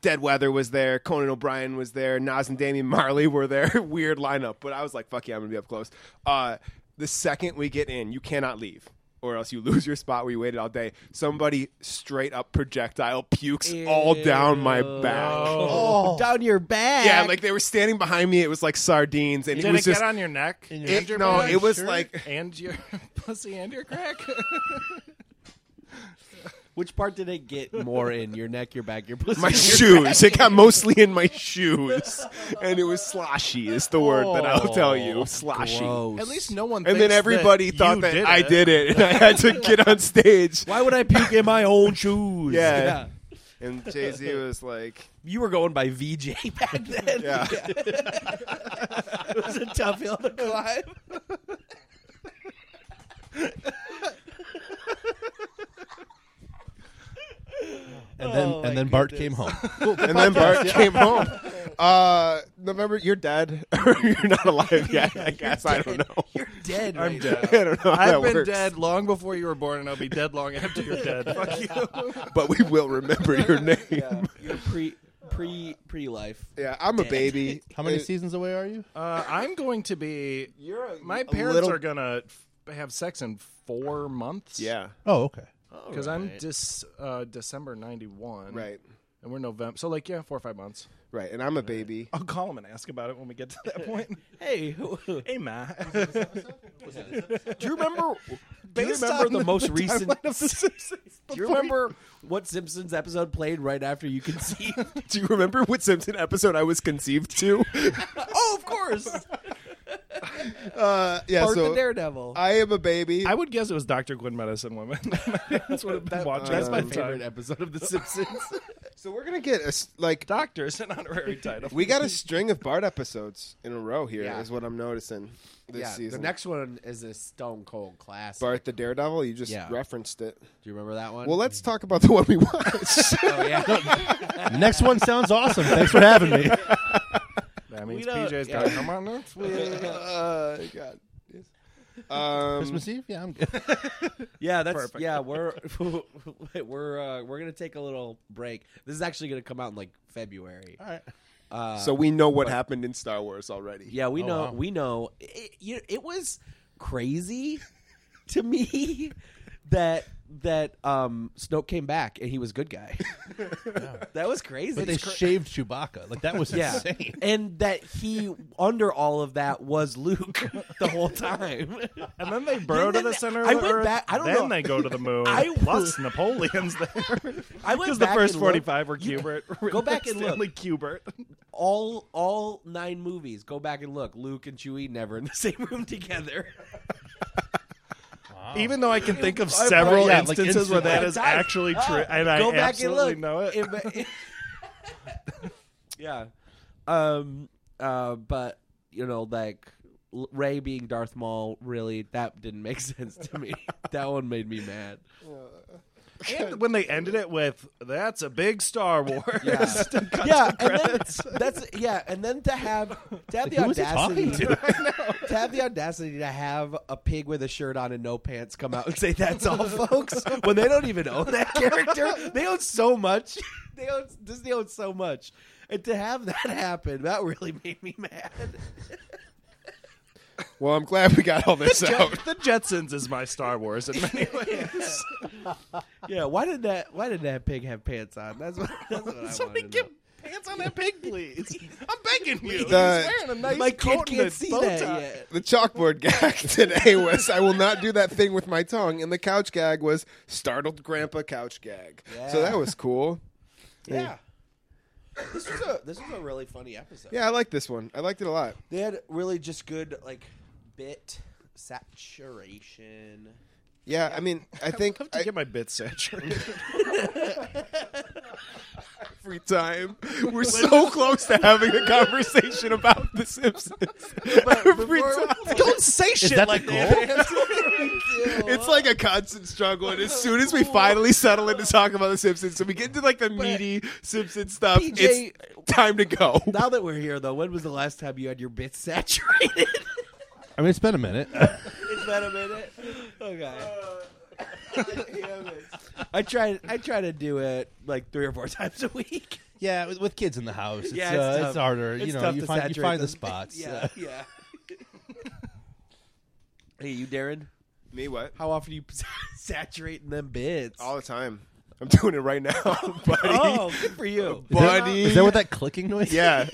Dead Weather was there, Conan O'Brien was there, Nas and Damian Marley were there. [LAUGHS] Weird lineup, but I was like, fuck yeah, I'm gonna be up close. Uh, the second we get in, you cannot leave. Or else you [LAUGHS] lose your spot. We waited all day. Somebody straight up projectile pukes all down my back. Oh. Down your back. Yeah, like they were standing behind me. It was like sardines, and it Did was it just get on your neck? your- it, no, back? it was Sure. like [LAUGHS] and your [LAUGHS] pussy and your crack. Which part did it get more in? Your neck, your back, your pussy. [LAUGHS] my your- shoes. It got mostly in my shoes, and it was sloshy. Is the word that I'll tell [LAUGHS] you, sloshy. Gross. At least no one. And thinks then that everybody you thought that did I it. did it, and I had to get on stage. Why would I puke in my own shoes? Yeah. And Jay Z was like, You were going by VJ [LAUGHS] back then. "Yeah, It was a tough hill [LAUGHS] to climb. And then Oh, my and then Bart came home. and then [LAUGHS] Bart came home." Uh, November, you're dead. [LAUGHS] you're not alive yet. I guess I don't know. You're dead. Ray. I'm [LAUGHS] I dead. don't know. how I've that been works. dead long before you were born, and I'll be dead long after [LAUGHS] you're dead. Fuck you. but we will remember your name. Yeah. You're pre pre pre life. Yeah, I'm a baby. How many Uh, seasons away are you? [LAUGHS] Uh, I'm going to be. You're a- my a parents little- are gonna f- have sex in four months. Yeah, Oh, okay. because I'm dis uh, December '91. right. and we're November. So like yeah, four or five months. Right, and I'm a baby. I'll call him and ask about it when we get to [LAUGHS] that point. Hey, who, do hey, Matt. you [LAUGHS] remember? Do you Based remember on the, most recent, timeline of The Simpsons? [LAUGHS] do you remember what Simpsons episode played right after you [LAUGHS] conceived? [LAUGHS] Do you remember what Simpson episode I was conceived to? oh, of course, [LAUGHS] uh, yeah, Bart so the Daredevil. I am a baby. I would guess it was Doctor Gwen Medicine Woman. [LAUGHS] uh, That's what I've been watching. That's all my the time. favorite episode of The [LAUGHS] Simpsons. so we're gonna get a s- like Doctor is an honorary title. we got a string of Bart episodes in a row here. Is Yeah. what I'm noticing this yeah, season. the next one is a Stone Cold classic. Bart the Daredevil. You just Yeah. referenced it. Do you remember that one? Well, let's talk about the one we watched. [LAUGHS] oh, yeah. Next one sounds awesome. Thanks for having me. that means don't- PJ's yeah. got to come [LAUGHS] on next week. uh, God. Yes. Um, Christmas Eve? Yeah, I'm good. Yeah, that's Perfect. [LAUGHS] yeah. We're [LAUGHS] we're uh, we're gonna take a little break. This is actually gonna come out in like February. All right. Uh, so we know what happened in Star Wars already. yeah, we Oh, know wow. we know. It, you- it was crazy [LAUGHS] to me that that um Snoke came back and he was good guy. that was crazy. But they It's cra- shaved Chewbacca. Like that was yeah, [LAUGHS] insane. and that he under all of that was Luke [LAUGHS] the whole time. And then they burrow And to then the they- center of I the went earth. back- I don't then know. they go to the moon. [LAUGHS] I Plus [LAUGHS] Napoleon's there. I went Because the back first and looked. 45 were [LAUGHS] Cubert. [LAUGHS] go back and look. Stanley Cubert. all all nine movies. Go back and look. Luke and Chewie never in the [LAUGHS] same room together. Ah. Even though I can think of several yeah, like instances where that instant- is actually true, and I Go back and absolutely look. know it. [LAUGHS] It- it- yeah. Um. Uh. But you know, like Ray being Darth Maul, really, that didn't make [LAUGHS] sense to me. that one made me mad. And when they ended it with "That's a big Star Wars," [LAUGHS] cut yeah. to And then, credits. [LAUGHS] that's yeah. And then to have to have the Who was he audacity talking to? [LAUGHS] [LAUGHS] to have the audacity to have a pig with a shirt on and no pants come out and say that's [LAUGHS] all folks when they don't even own that character they own so much [LAUGHS] they own disney owns so much and to have that happen that really made me mad Well, I'm glad we got all [LAUGHS] this out. the Jetsons is my Star Wars in [LAUGHS] many ways. yeah why did that why did that pig have pants on that's what that's what [LAUGHS] i Somebody wanted give pants on that pig, please. I'm begging you. The- He's wearing a nice my kid coat and a can't see bow that tie. yet The chalkboard gag [LAUGHS] today was I will not do that thing with my tongue, and the couch gag was startled grandpa couch gag. So Yeah. that was cool. yeah this was a this was a really funny episode Yeah, I like this one. I liked it a lot. they had really just good like bit saturation Yeah, I mean, I think I have to I, get my bit saturated. [LAUGHS] every time we're so close to having a [LAUGHS] conversation about The Simpsons. every before- time. Don't say shit that the like goal? [LAUGHS] It's like a constant struggle, and as soon as we finally settle in to talk about The Simpsons, so we get into like the meaty Simpsons stuff, PJ it's time to go. Now that we're here, though, when was the last time you had your bits saturated? I mean, it's been a minute. [LAUGHS] it's been a minute. Okay. Uh, I try. I try to do it like three or four [LAUGHS] times a week. Yeah, with, with kids in the house, it's, Yeah, yeah, it's it's, uh, tough. it's harder. It's you know, tough you to find you saturate find them. the spots. Yeah, yeah. hey, you, Darren. Me what? How often are you [LAUGHS] saturating them bits? All the time. I'm doing it right now, buddy. oh, good for you. buddy. Is that what that clicking noise? [LAUGHS] Yeah.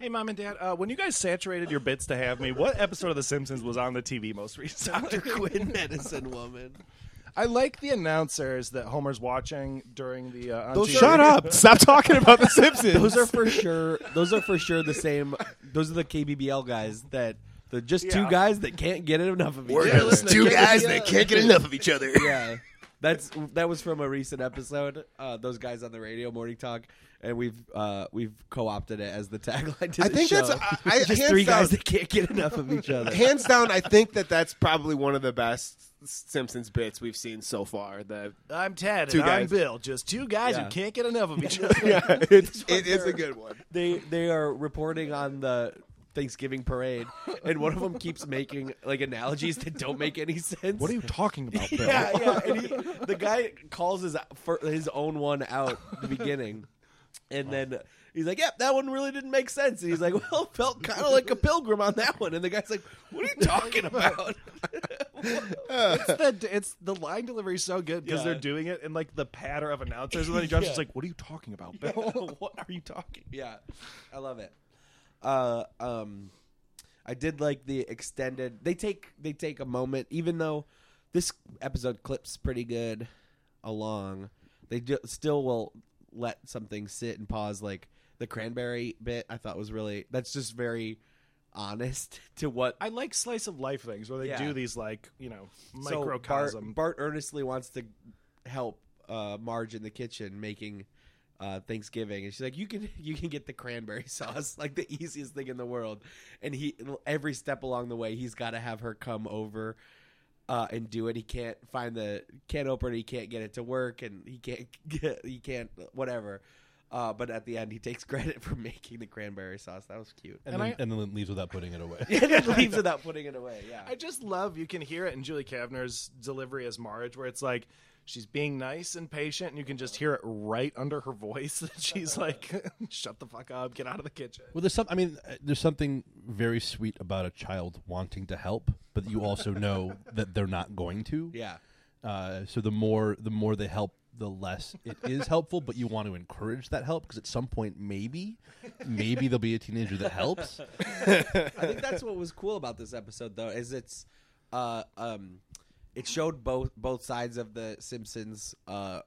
Hey, mom and dad, uh, when you guys saturated your bits to have me, what episode of The Simpsons was on the TV most [LAUGHS] recently? Dr. Quinn, medicine woman. [LAUGHS] I like the announcers that Homer's watching during the. Uh, on TV. Shut up. Stop talking about The Simpsons. Those are for sure. Those are for sure the same. Those are the KBBL guys that the just two Yeah. guys that can't get enough of each [LAUGHS] We're other. just two guys that can't get enough of each other. yeah. That's that was from a recent episode. Uh, those guys on the radio morning talk, and we've uh, we've co-opted it as the tagline. To I the think show. that's- I- I- just hands three down- guys that can't get enough of each other. Hands down, I think that that's probably one of the best Simpsons bits we've seen so far. [LAUGHS] The I'm Ted Two and I'm guys. Bill. Just two guys Yeah. who can't get enough [LAUGHS] of each other. [LAUGHS] it's, it is a good one. they they are reporting on the Thanksgiving parade, and one of them keeps making like analogies that don't make any sense. What are you talking about, [LAUGHS] [LAUGHS] Bill? Yeah, yeah. And he, the guy calls his for his own one out at the beginning, and then he's like, "Yep, that one really didn't make sense." And he's like, "Well, felt kind of like a pilgrim on that one." And the guy's like, "What are you talking about? it's, the, it's the line delivery is so good because Yeah. they're doing it in like the patter of announcers, [LAUGHS] and then he drops. It's like, what are you talking [LAUGHS] about, Bill? what are you talking? [LAUGHS] yeah, I love it. Uh, um, I did like the extended. They take they take a moment, even though this episode clips pretty good along. They do, still will let something sit and pause, like the cranberry bit. I thought was really that's just very honest [LAUGHS] to what I like slice of life things where they Yeah. do these like you know So microcosm. Bart, Bart earnestly wants to help uh, Marge in the kitchen making uh, Thanksgiving, and she's like, "You can [LAUGHS] you can get the cranberry [LAUGHS] sauce, like the easiest thing in the world." And he every step along the way, he's got to have her come over. Uh, and do it. He can't find the can't open it. He can't get it to work, and he can't [LAUGHS] get he can't whatever. Uh, but at the end, he takes [LAUGHS] credit for making the cranberry sauce. That was cute. [LAUGHS] and, And then, I- and then leaves without putting it away. and it leaves without putting it away. Yeah, I just love you can hear it in Julie Kavner's delivery as Marge, where it's like she's being nice and patient, and you can just hear it right under her voice [LAUGHS] that she's like, "Shut the fuck up, get out of the kitchen." Well, there's some. I mean, uh, there's something very sweet about a child wanting to help, but you also know [LAUGHS] that they're not going to. yeah. Uh, so the more the more they help, the less it is helpful. But you want to encourage that help because at some point, maybe, maybe there'll be a teenager [LAUGHS] that helps. I think that's what was cool about this episode, though, is it's, uh, um, it showed both both sides of the Simpsons, uh,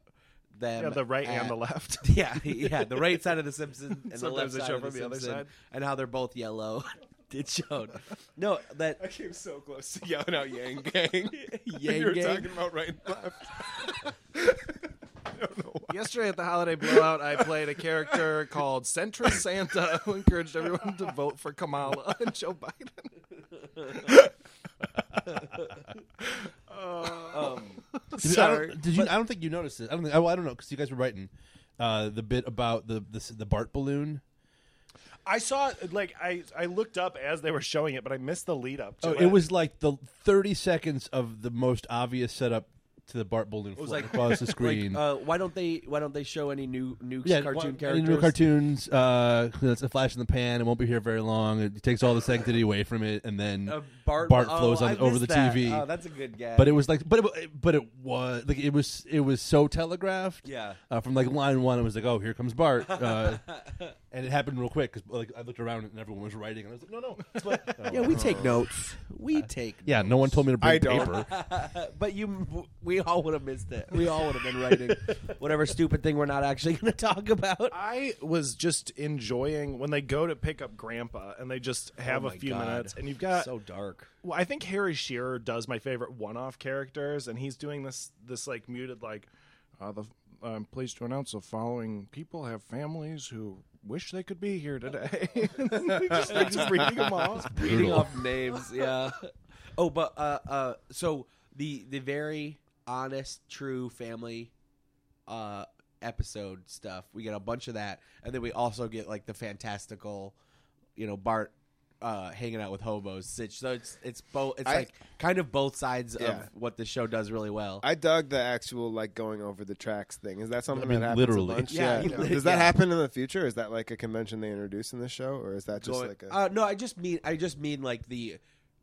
them, Yeah, the right at- and the left. [LAUGHS] yeah, yeah, the right side of the Simpsons and [LAUGHS] the left Sometimes they side show of the, from the other Simpson, side. and how they're both yellow. [LAUGHS] it showed, no, that I came so close to yelling out Yang Gang. [LAUGHS] Yang [LAUGHS] you were Gang? talking about right and left. Yesterday at the holiday blowout, I played a character called Central Santa [LAUGHS] who encouraged everyone to vote for Kamala [LAUGHS] and Joe Biden. [LAUGHS] Did, I Sorry. don't, did you? I don't think you noticed it. I don't think. I, well, I don't know because you guys were writing uh, the bit about the the, the Bart balloon. I saw like I I looked up as they were showing it, but I missed the lead up. To Oh, it was like the 30 seconds of the most obvious setup to the Bart balloon [LAUGHS] flying like- across the like, screen. uh, why don't they why don't they show any new new cartoon one- characters? New cartoons. Uh, it's a flash in the pan. It won't be here very long. It takes all the sanctity away from it, and then Uh, Bart, oh, flows on I over missed the that. TV. Oh, that's a good guess. but it was like, but it, but it was like it was it was so telegraphed. Yeah. Uh, from like line one, it was like, oh, here comes [LAUGHS] Bart, uh, and it happened real quick because like I looked around and everyone was writing, and I was like, no, no, it's fine. yeah, we take notes. We take Oh. yeah, no one told me to bring I don't. paper. [LAUGHS] But you, we all would have missed it. We all would have been writing whatever stupid thing we're not actually [LAUGHS] going to talk about. I was just enjoying when they go to pick up Grandpa and they just have Oh a my few God. minutes, and you've got so dark. Well, I think Harry Shearer does my favorite one-off characters, and he's doing this this like muted like. Uh, the, I'm pleased to announce the following people have families who wish they could be here today. [LAUGHS] just, like, just reading them off. Reading Brutal. off names, yeah. Oh, but uh, uh, so the the very honest, true family, uh, episode stuff. We get a bunch of that, and then we also get like the fantastical, you know, Bart. Uh, hanging out with hobos, sitch. So it's it's both. It's I- like kind of both sides Yeah. of what the show does really well. I dug the actual like going over the tracks thing. Is that something I mean, that happens literally. a bunch? Yeah, you know. Does Yeah. that happen in the future? Is that like a convention they introduce in this show, or is that just going- like a? uh, no i just mean i just mean like the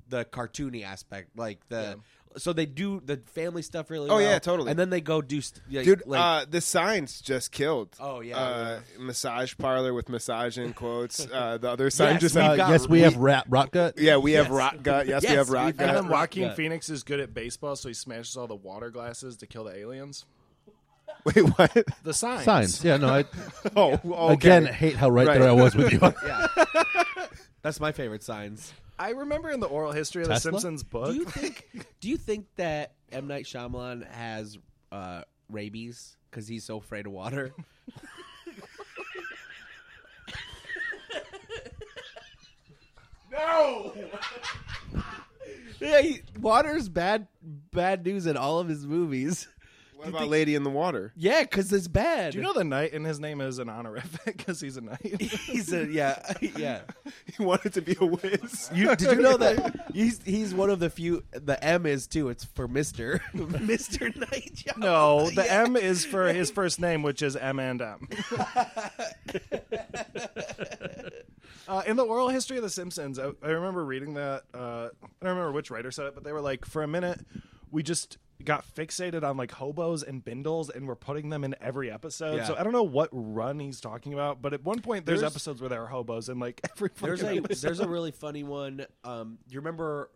the cartoony aspect like the so they do the family stuff really Oh, well, yeah, totally. and then they go do st- like, Dude, like uh, the signs just killed. Oh, yeah. uh, massage parlor with massage [LAUGHS] in quotes. Uh, the other sign just we've Uh, uh, got- yes, we, we- have rap, rock gut. yeah, we have yes. rock gut. Yes, Yes, we have we've rock got And gut. then Joaquin Yeah. Phoenix is good at baseball, so he smashes all the water glasses to kill the aliens. [LAUGHS] Wait, what? The signs. [LAUGHS] Signs. Yeah, no, I Oh, [LAUGHS] okay. again hate how right, Right. there I was with [LAUGHS] you. yeah that's my favorite signs I remember in the oral history of the Tesla? Simpsons book. do [LAUGHS] you think do you think that m night Shyamalan has uh rabies because he's so afraid of [LAUGHS] water no. yeah he, water's bad bad news in all of his movies What about Lady in the Water? yeah because it's bad Do [LAUGHS] you know the knight, and his name is an honorific [LAUGHS] because he's a knight. he's a yeah [LAUGHS] yeah [LAUGHS] He wanted to be a whiz. You, did you know [LAUGHS] that he's he's one of the few? The M is too. It's for Mister [LAUGHS] Mister Night. [LAUGHS] No, the M is for his first name, which is M and M. Uh, in the oral history of The Simpsons, I, I remember reading that. Uh, I don't remember which writer said it, but they were like, for a minute, we just got fixated on like hobos and bindles, and we're putting them in every episode. Yeah. So I don't know what run he's talking about, but at one point, there's, There's- episodes where there are hobos and like every. There's fucking a episode. [LAUGHS] there's a really funny one. Um, you remember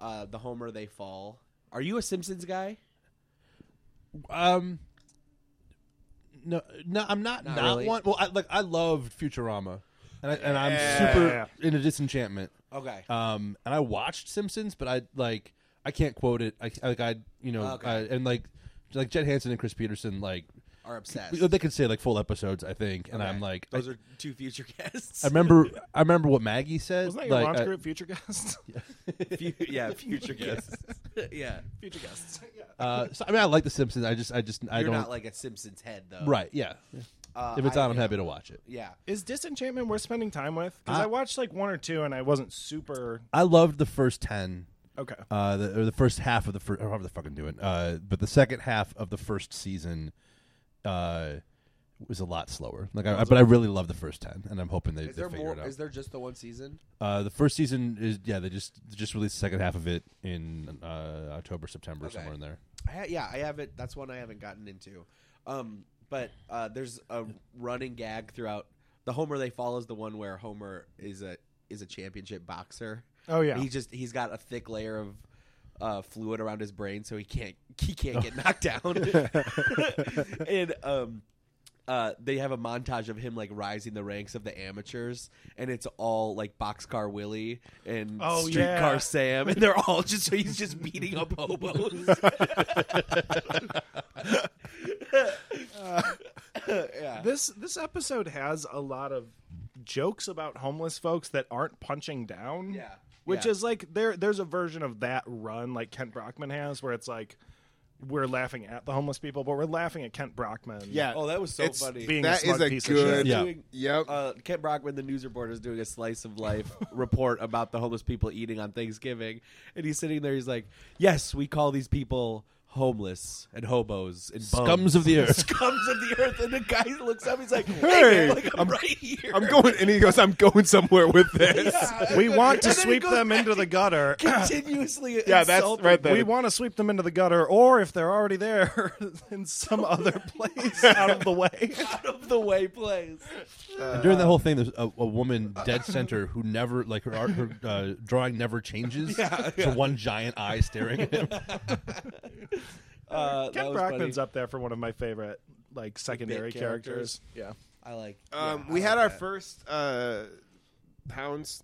uh, the Homer they fall? Are you a Simpsons guy? Um, no, no, I'm not. Not Not, really. one. Well, I, like I loved Futurama, and I, and I'm Yeah. super into Disenchantment. Okay. Um, and I watched Simpsons, but I like I can't quote it. I like I you know Okay. I, and like like Jed Hansen and Chris Peterson like Are obsessed. they could say like full episodes I think, and I'm Okay. like I, those are two future guests. I remember I remember what Maggie said. Wasn't that your like, uh, launch I- group, Future Guests? [LAUGHS] Fu- yeah, [LAUGHS] future guests. [LAUGHS] yeah, Future Guests. Yeah. uh, so, I mean, I like The Simpsons. I just I just I you're don't not like a Simpsons head though, right. Yeah, Uh, if it's I on, I'm am. happy to watch it. Yeah, [LAUGHS] Is Disenchantment worth spending time with? Because I- Ah. I watched like one or two, and I wasn't super I loved the first ten okay. uh, the, or the first half of the first, however the fuck I'm doing, uh, but the second half of the first season uh, was a lot slower. Like, I, I- but I really love the first ten, and I'm hoping they, is they there figure more? it out. Is there just the one season? uh, the first season is yeah, they just they just released the second half of it in uh, October, September, Okay. somewhere in there. I ha- yeah, I haven't. That's one I haven't gotten into. Um, but uh, there's a running gag throughout the Homer they fall is the one where Homer is a is a championship boxer. Oh yeah, He just he's got a thick layer of uh, fluid around his brain, so he can't he can't get [LAUGHS] knocked down. [LAUGHS] and um, uh, they have a montage of him like rising the ranks of the amateurs, and it's all like Boxcar Willie and Oh, Streetcar yeah. Sam, and they're all just he's just beating up hobos. [LAUGHS] yeah. This this episode has a lot of jokes about homeless folks that aren't punching down. Yeah. Which Yeah. is like there there's a version of that run like Kent Brockman has where it's like we're laughing at the homeless people, but we're laughing at Kent Brockman. Yeah. Oh, that was so It's funny. Being That a smug is a piece good- of [LAUGHS] shit. Yeah. Doing- Yep. uh, Kent Brockman, the news reporter, is doing a slice of [LAUGHS] life report about the homeless people eating on Thanksgiving, and he's sitting there. He's like, "Yes, we call these people homeless and hobos and bums. Scums [LAUGHS] of the earth. scums of the earth." And the guy looks up. He's like, "Hey, Hey, man, like, I'm, right here. I'm going, and he goes, "I'm going [LAUGHS] somewhere with this." We want to And then he sweep goes them back into to- the gutter. [LAUGHS] continuously." Yeah, that's insulting. right there. We want to sweep them into the gutter, or if they're already there, [LAUGHS] in some other [LAUGHS] place out of the way. [LAUGHS] Out of the way, place. And during that uh, whole thing, there's a, a woman dead center who never like her art, her uh, drawing never changes [LAUGHS] Yeah, to one giant eye staring at him. Uh, Ken that was Brockman's funny. up there for one of my favorite like secondary characters. characters. Yeah. I like. Um, yeah, we I had like our that. first uh, hounds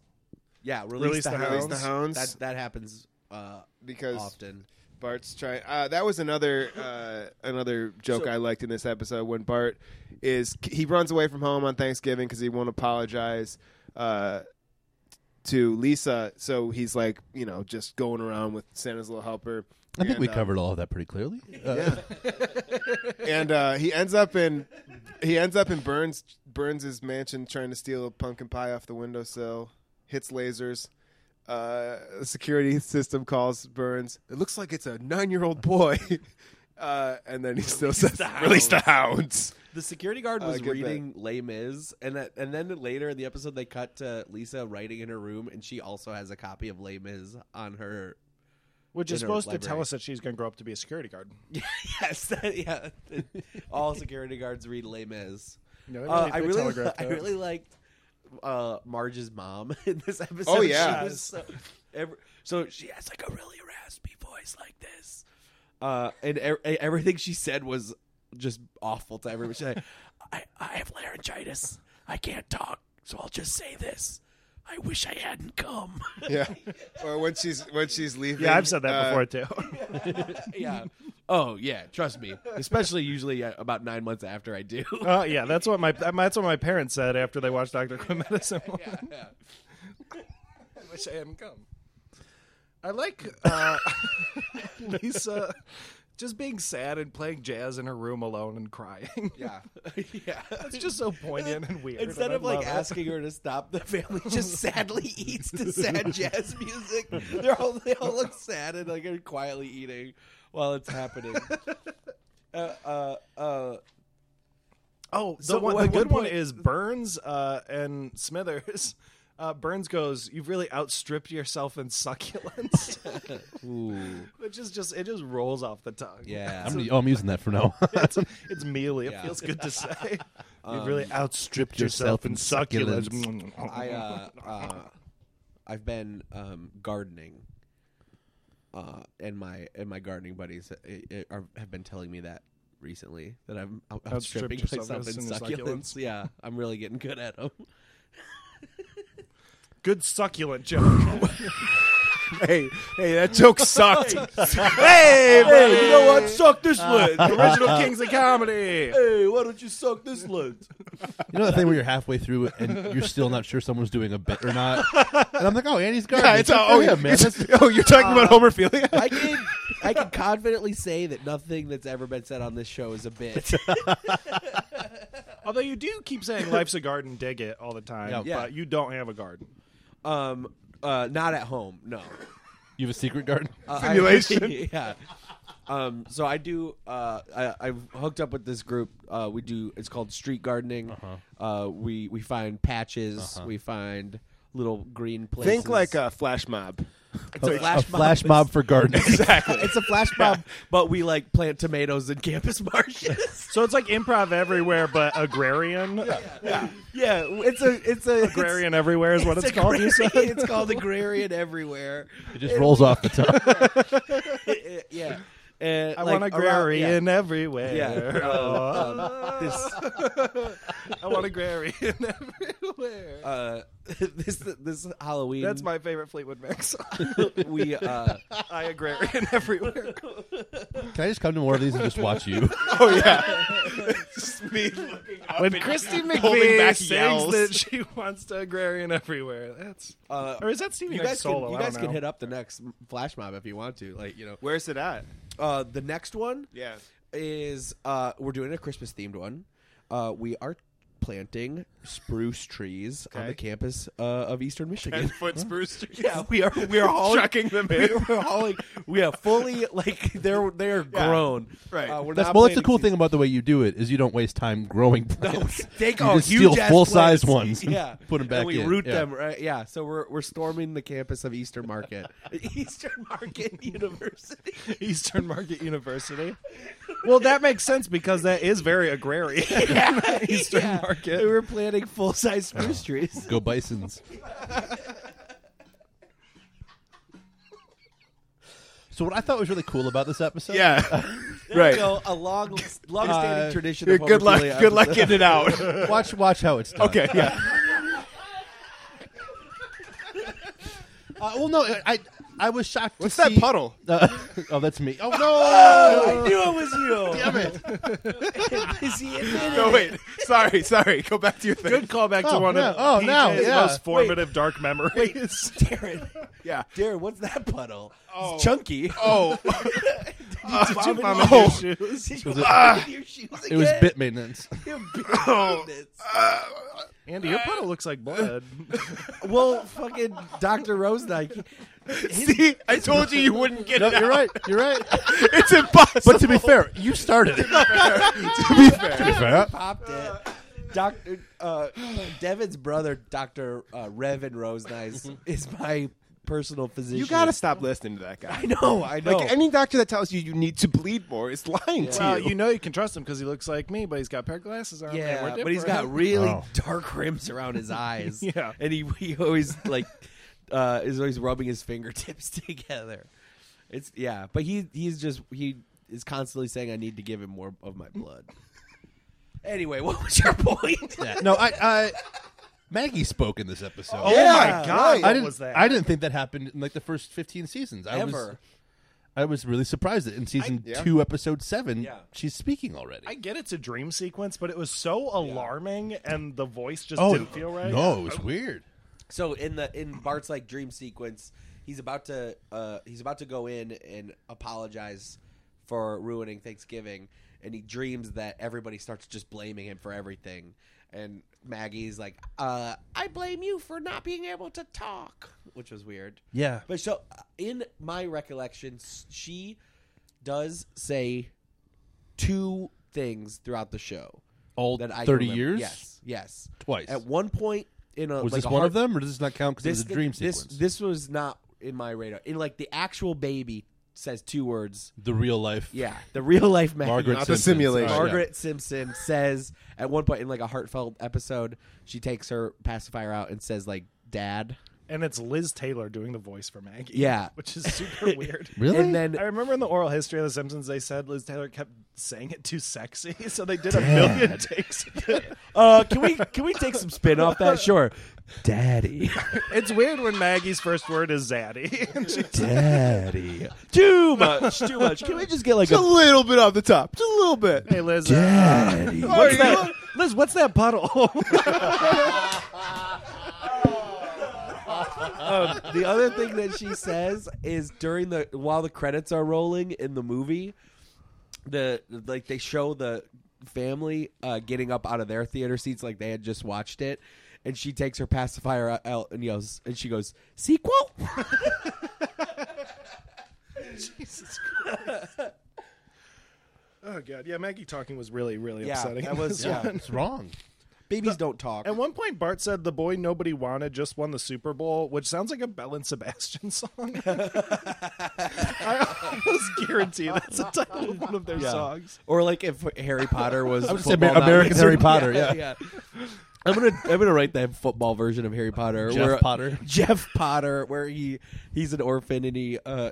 yeah. Release, Release the, the hounds. Hounds. Release the Hounds. That that happens uh, because often. Bart's trying. Uh, that was another uh, another joke So- I liked in this episode when Bart is he runs away from home on Thanksgiving because he won't apologize uh, to Lisa. So he's like, you know, just going around with Santa's little helper. I think And, we uh, covered all of that pretty clearly. Uh, and uh, he ends up in he ends up in Burns Burns's mansion trying to steal a pumpkin pie off the windowsill. Hits lasers. Uh, the security system calls Burns. It looks like it's a nine year old boy. [LAUGHS] Uh, and then he still says, "Release the [LAUGHS] hounds." The security guard Uh, was good bit. reading Les Mis, and that, and then later in the episode they cut to Lisa writing in her room, and she also has a copy of Les Mis on her. [LAUGHS] Which is in her supposed to library. tell us that she's going to grow up to be a security guard. yes, [LAUGHS] yeah. All security guards read Les Mis. No, they Uh, really- I they really, telegraphed [LAUGHS] I that. really liked uh, Marge's mom [LAUGHS] in this episode. Oh, yeah. she was so, every- so she has like a really raspy voice like this, uh, and e- e- everything she said was just awful to everyone. She's like, [LAUGHS] I, "I have laryngitis. I can't talk, so I'll just say this." I wish I hadn't come. [LAUGHS] Yeah. Or when she's when she's leaving. Yeah, I've said that uh, before too. [LAUGHS] yeah. Oh yeah. Trust me. Especially usually uh, about nine months after I do. Uh, yeah, that's what my that's what my parents said after they watched Doctor Quinn Medicine. [LAUGHS] Yeah, [LAUGHS] yeah. I wish I hadn't come. I [LAUGHS] like uh, Lisa just being sad and playing jazz in her room alone and crying. Yeah. [LAUGHS] yeah. [LAUGHS] It's just so poignant and weird. Instead and I of like love it. asking her to stop, the family [LAUGHS] just sadly eats to sad jazz music. They're all they all look sad and like are quietly eating while it's happening. Uh, uh, uh, Oh, the, So at one, the one [LAUGHS] good one point- is Burns uh, and Smithers Uh, Burns goes, "You've really outstripped yourself [LAUGHS] in succulence," Ooh, which is just [LAUGHS] it just rolls off the tongue. yeah. I'm, gonna- [LAUGHS] oh, I'm using that for now. [LAUGHS] it's, it's mealy. It Yeah. Um, [LAUGHS] feels good to say. You've really outstripped yourself yourself in in succulence. I uh, uh, I've been um, gardening, uh, and my and my gardening buddies uh, uh, are, have been telling me that recently that I'm out- Outstripped outstripping yourself myself in in succulents. succulents. Yeah, I'm really getting good at them. good [LAUGHS] succulent joke. hey, hey, that joke sucked. hey, hey, you know what? Suck this Uh, [LAUGHS] lid. Original Kings of Comedy. Hey, why don't you suck this lid? You know that thing where you're halfway through it and you're still not sure someone's doing a bit or not? And I'm like, oh, Andy's garbage. Yeah, it's Good all- for oh, him, man. it's- [LAUGHS] oh, you're talking about [LAUGHS] Homerphilia? I can I can confidently say that nothing that's ever been said on this show is a bit. [LAUGHS] Although you do keep saying life's a garden, dig it all the time, Yeah. Yeah. but you don't have a garden. Um, uh, not at home. No. You have a secret garden? Uh, I- Simulation. [LAUGHS] yeah. Um, so I do. Uh, I, I've hooked up with this group. Uh, we do. It's called street gardening. uh we we find patches. We find little green places. Think like a flash mob. it's a flash, a flash mob for gardening. [LAUGHS] Exactly. it's a flash mob, but we like plant tomatoes in [LAUGHS] campus [LAUGHS] marshes. So it's like improv everywhere, but agrarian. yeah, it's a it's a it's- Agrarian everywhere is what it's, called. You agrarian- said. [LAUGHS] It's called [LAUGHS] agrarian everywhere. [LAUGHS] It just rolls off the tongue. yeah. And, I like, want around- yeah. Uh, agrarian everywhere. [LAUGHS] Yeah. [LAUGHS] Um, Oh, This- I want agrarian [LAUGHS] everywhere. uh, [LAUGHS] this this Halloween. That's my favorite Fleetwood Mac [LAUGHS] song. [LAUGHS] we uh, [LAUGHS] I agrarian everywhere. Can I just come to more of these and just watch you? Oh, [LAUGHS] When Christy holding McVie back sings yells. that she [LAUGHS] wants to agrarian everywhere, that's uh, or is that Stevie you Nicks guys solo? can you I don't guys can know. [LAUGHS] hit up the next flash mob if you want to. Like you know, Where's it at? uh, the next one Yeah. is uh, we're doing a Christmas themed one. Uh, we are planting spruce trees on the Okay. campus uh, of Eastern Michigan. foot spruce trees. Yeah, we are [LAUGHS] we are hauling Chucking them in. We're hauling. We are fully like they're they're grown. right. Uh, we're That's, not well, that's planting the cool seeds. thing about the way you do it is you don't waste time growing plants. [LAUGHS] Take You all just huge steal ass full-size plants. ones and Yeah, put 'em back And we in. root Yeah. them right. Yeah, so we're we're storming the campus of Eastern Market, [LAUGHS] Eastern [LAUGHS] Market University. Eastern Market University. well, that makes sense because that is very agrarian. [LAUGHS] Eastern Yeah, Market. We were planting full size spruce [LAUGHS] trees. Go Bisons. So what I thought was really cool about this episode, [LAUGHS] Yeah. right. So a long, long standing Uh, tradition. Of Good luck. homophilia Good luck episodes. getting [LAUGHS] it out. Watch, watch how it's done. okay. Yeah. Uh, well, no, I, I was shocked. What's to that see- puddle? Uh, [LAUGHS] oh, that's me. Oh no! I [LAUGHS] knew it was you. Damn it! Is he in there? No, wait. Sorry. Sorry. Go back to your thing. Good callback to Oh, one yeah. of Oh, PJ's now, yeah. most formative dark [LAUGHS] memories. Darren, Yeah. Darren, what's that puddle? It's chunky. [LAUGHS] Oh. Did you mama. vomit in your shoes? Did you vomit in your shoes It was again? bit maintenance. [LAUGHS] Oh. Andy, your puddle looks like blood. Well, fucking Dr. Rosenike. See, I told you you wouldn't get No, it. you're right. You're right. It's impossible. But to be fair, you started it. to be fair. To be fair. popped it. Doctor uh, Devin's brother, Doctor uh, Revan Rosenice, is my personal physician. You gotta stop listening to that guy. I know. I know. Like any doctor that tells you you need to bleed more is lying to Well, you. you know you can trust him because he looks like me, but he's got a pair of glasses on. and we're yeah, but he's different. got really Oh. dark rims around his eyes. Yeah. and he, he always like uh, is always rubbing his fingertips [LAUGHS] together. It's yeah, but he he's just he is constantly saying I need to give him more of my blood. [LAUGHS] anyway, what was your [LAUGHS] point? No, I, I Maggie spoke in this episode. Oh Yeah, my god! right. What I didn't. was that? I didn't think that happened in like the first 15 seasons. I was Ever. I was really surprised that in season I- yeah. two, episode seven, Yeah. she's speaking already. I get it's a dream sequence, but it was so alarming, and the voice just oh, didn't feel right. No, it was weird. So in the in Bart's like dream sequence, he's about to uh, he's about to go in and apologize for ruining Thanksgiving, and he dreams that everybody starts just blaming him for everything. And Maggie's like, uh, "I blame you for not being able to talk," which was weird. Yeah. But so uh, in my recollection, s- she does say two things throughout the show All that I can 30 remember. years? Yes, yes, Twice. At one point, in a Was like this a one hard, of them, or does this not count because This it's a dream this sequence? this was not in my radar. In like the actual baby says two words. the real life. [LAUGHS] Yeah, the real life man. Margaret Not the Simpson. simulation. All right, Margaret Simpson says at one point in like a heartfelt episode, she takes her pacifier out and says like "dad." and it's Liz Taylor doing the voice for Maggie. Yeah. [LAUGHS] which is super weird. yeah. Really? And then I remember in the oral history of The Simpsons, they said Liz Taylor kept saying it too sexy, [LAUGHS] so they did a million takes. of it. uh, can we can we take some spin off that? [LAUGHS] Sure, [LAUGHS] daddy, it's weird when Maggie's first word is zaddy. [LAUGHS] And she- daddy. Too much, too much. Can we just get like Just a a little bit off the top, just a little bit. hey Liz, uh, daddy? what's that? Liz, what's that puddle? Um, the other thing that she says is during the while the credits are rolling in the movie, the like they show the family uh, getting up out of their theater seats like they had just watched it, and she takes her pacifier out and yells, and she goes, "Sequel." oh god, yeah, Maggie talking was really, really Yeah, upsetting. [LAUGHS] that in was- this yeah. one. It's wrong. Babies don't talk. At one point, Bart said the boy nobody wanted just won the Super Bowl, which sounds like a Bell and Sebastian [LAUGHS] song. I almost guarantee that's the title of one of their songs. Or like if Harry Potter was say football Amer- American knowledge. Harry Potter, yeah. I'm gonna I'm gonna write that football version of Harry Potter. Jeff Potter. [LAUGHS] Jeff Potter, where he he's an orphan and he uh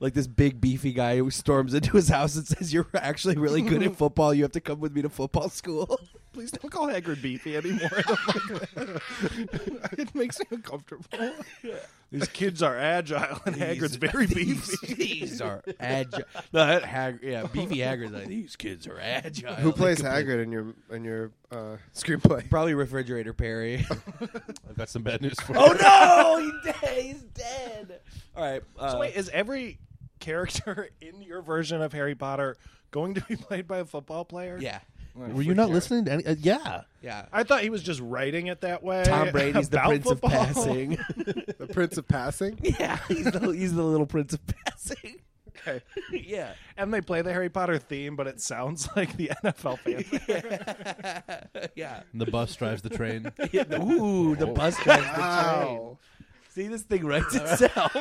like this big beefy guy who storms into his house and [LAUGHS] says, "You're actually really good at football. You have to come with me to football school." Please don't call Hagrid beefy anymore. I don't like that. [LAUGHS] it makes me uncomfortable. These kids are agile, and Hagrid's [LAUGHS] very beefy. These are agile. No, that Hag- yeah, beefy Hagrid's like these kids are agile. Who plays Hagrid in your in your uh, [LAUGHS] screenplay? Probably refrigerator Perry. I've got some bad news for you. oh [LAUGHS] no, he de- he's dead. All right. Uh, So wait, is every character in your version of Harry Potter going to be played by a football player? yeah, Were you not listening to any? Uh, yeah. yeah. I thought he was just writing it that way. [LAUGHS] Tom Brady's the about prince football. of passing. The Prince of Passing. [LAUGHS] yeah, he's the, he's the little prince of passing. Okay. [LAUGHS] yeah. And they play the Harry Potter theme, but it sounds [LAUGHS] like the NFL [LAUGHS] fan. Yeah. Oh. And the bus drives the train. Ooh, the bus [LAUGHS] drives the train. See, this thing writes [LAUGHS] itself.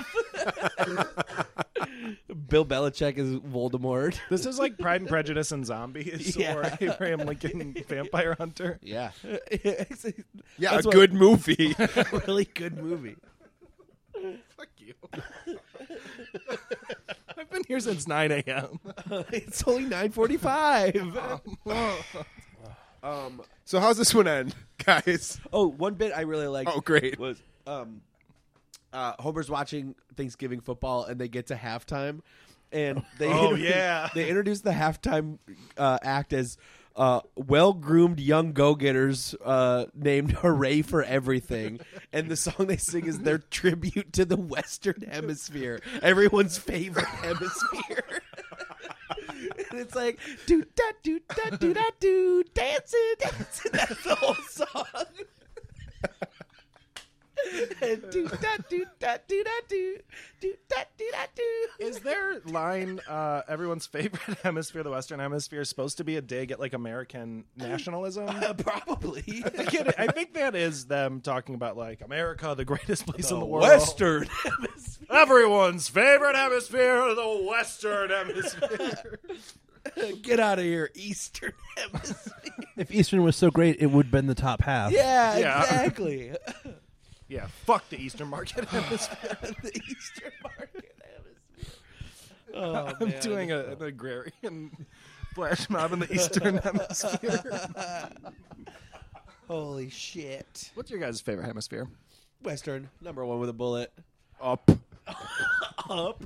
Bill Belichick is [LAUGHS] Voldemort. this is like Pride and Prejudice and [LAUGHS] Zombies Yeah. or Abraham Lincoln Vampire Hunter. Yeah. Yeah, That's a what- [LAUGHS] good movie. [LAUGHS] really good movie. Fuck you. I've been here since 9 [LAUGHS] a.m. It's only 9:45. so how's this one end, guys? Oh, one bit I really liked. [LAUGHS] Oh, [LAUGHS] great. Was um, uh, Homer's watching Thanksgiving football, and they get to halftime, [LAUGHS] and they Oh, yeah. they introduce the halftime uh, act as. Uh, well-groomed young go-getters uh, named [LAUGHS] "Hooray for Everything," and the song they sing is their tribute to the Western Hemisphere, everyone's favorite hemisphere. [LAUGHS] and it's like do da do da do da do dancing, dancing. [LAUGHS] That's the whole song. [LAUGHS] And do da do da do da do do da do da do. Is their line, uh, everyone's favorite [LAUGHS] hemisphere, the Western Hemisphere, supposed to be a dig at like American [LAUGHS] nationalism? Uh, [LAUGHS] probably I think it- I think that is them talking about like America, the greatest place in the world. Western Hemisphere. [LAUGHS] Everyone's favorite hemisphere, the Western Hemisphere. Get out of here, Eastern [LAUGHS] Hemisphere. [LAUGHS] If Eastern was so great, it would have been the top half. Yeah, Yeah. [LAUGHS] exactly. [LAUGHS] yeah, fuck the Eastern Market [LAUGHS] Hemisphere. the Eastern Market Hemisphere. Oh, [LAUGHS] I'm doing a, an agrarian flash mob in the Eastern Hemisphere. Holy shit. [LAUGHS] What's your guys' favorite hemisphere? Western number one with a bullet. Up. Up.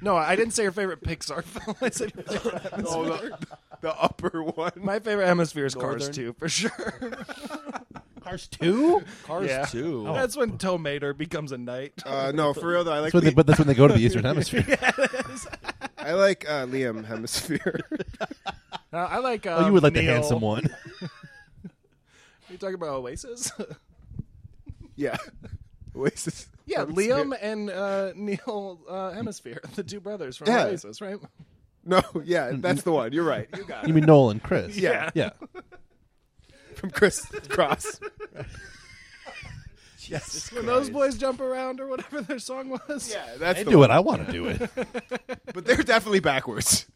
No, I didn't say your favorite Pixar film. [LAUGHS] I said your favorite hemisphere. Oh, the, the upper one. My favorite hemisphere is Northern. Cars 2, for sure. [LAUGHS] Cars two. Cars Yeah. Oh. two. That's when Tomater becomes a knight. [LAUGHS] Uh, no, for real though, I like That's when they, Li- but that's when they go to the [LAUGHS] Eastern Hemisphere. I like uh, Liam Hemisphere. [LAUGHS] Uh, [LAUGHS] I like. Um, Oh, you would like Neil. the handsome one. [LAUGHS] You talking about Oasis? yeah, Oasis. yeah, Hemisphere. Liam and uh, Neil uh, Hemisphere, the two brothers from Yeah. Oasis, right? No, yeah, that's the one. You're right. You got it. You mean Nolan, [LAUGHS] [LAUGHS] Chris? Yeah. Yeah. From Chris Cross. Yes. When those boys jump around or whatever their song was. Yeah, that's I the do one. it. I want to do it. Uh, But they're definitely backwards.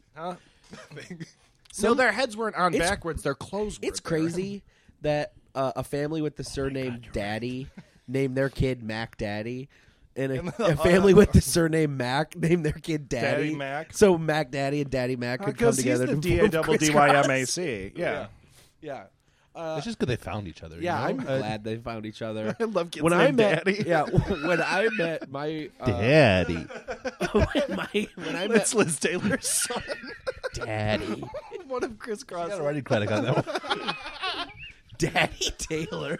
So their heads weren't on It's- backwards, their clothes were. It's there. crazy that uh, a family with the Oh surname Daddy named their kid Mac Daddy, and a, a family with the surname Mac named their kid Daddy, Daddy Mac. So Mac Daddy and Daddy Mac could come Because he's together the to D form A double D Y Crisscross. M A C. Yeah. Yeah. it's just because they found each other. you Yeah, know? [LAUGHS] I'm Uh, glad they found each other. [LAUGHS] I love kids when I named met, Daddy. yeah, [LAUGHS] when I met my, uh, Daddy, [LAUGHS] when, my when I met That's Liz [LAUGHS] Taylor's son. [LAUGHS] Daddy, One of Chris Cross. I already credit on [LAUGHS] that one. Daddy Taylor,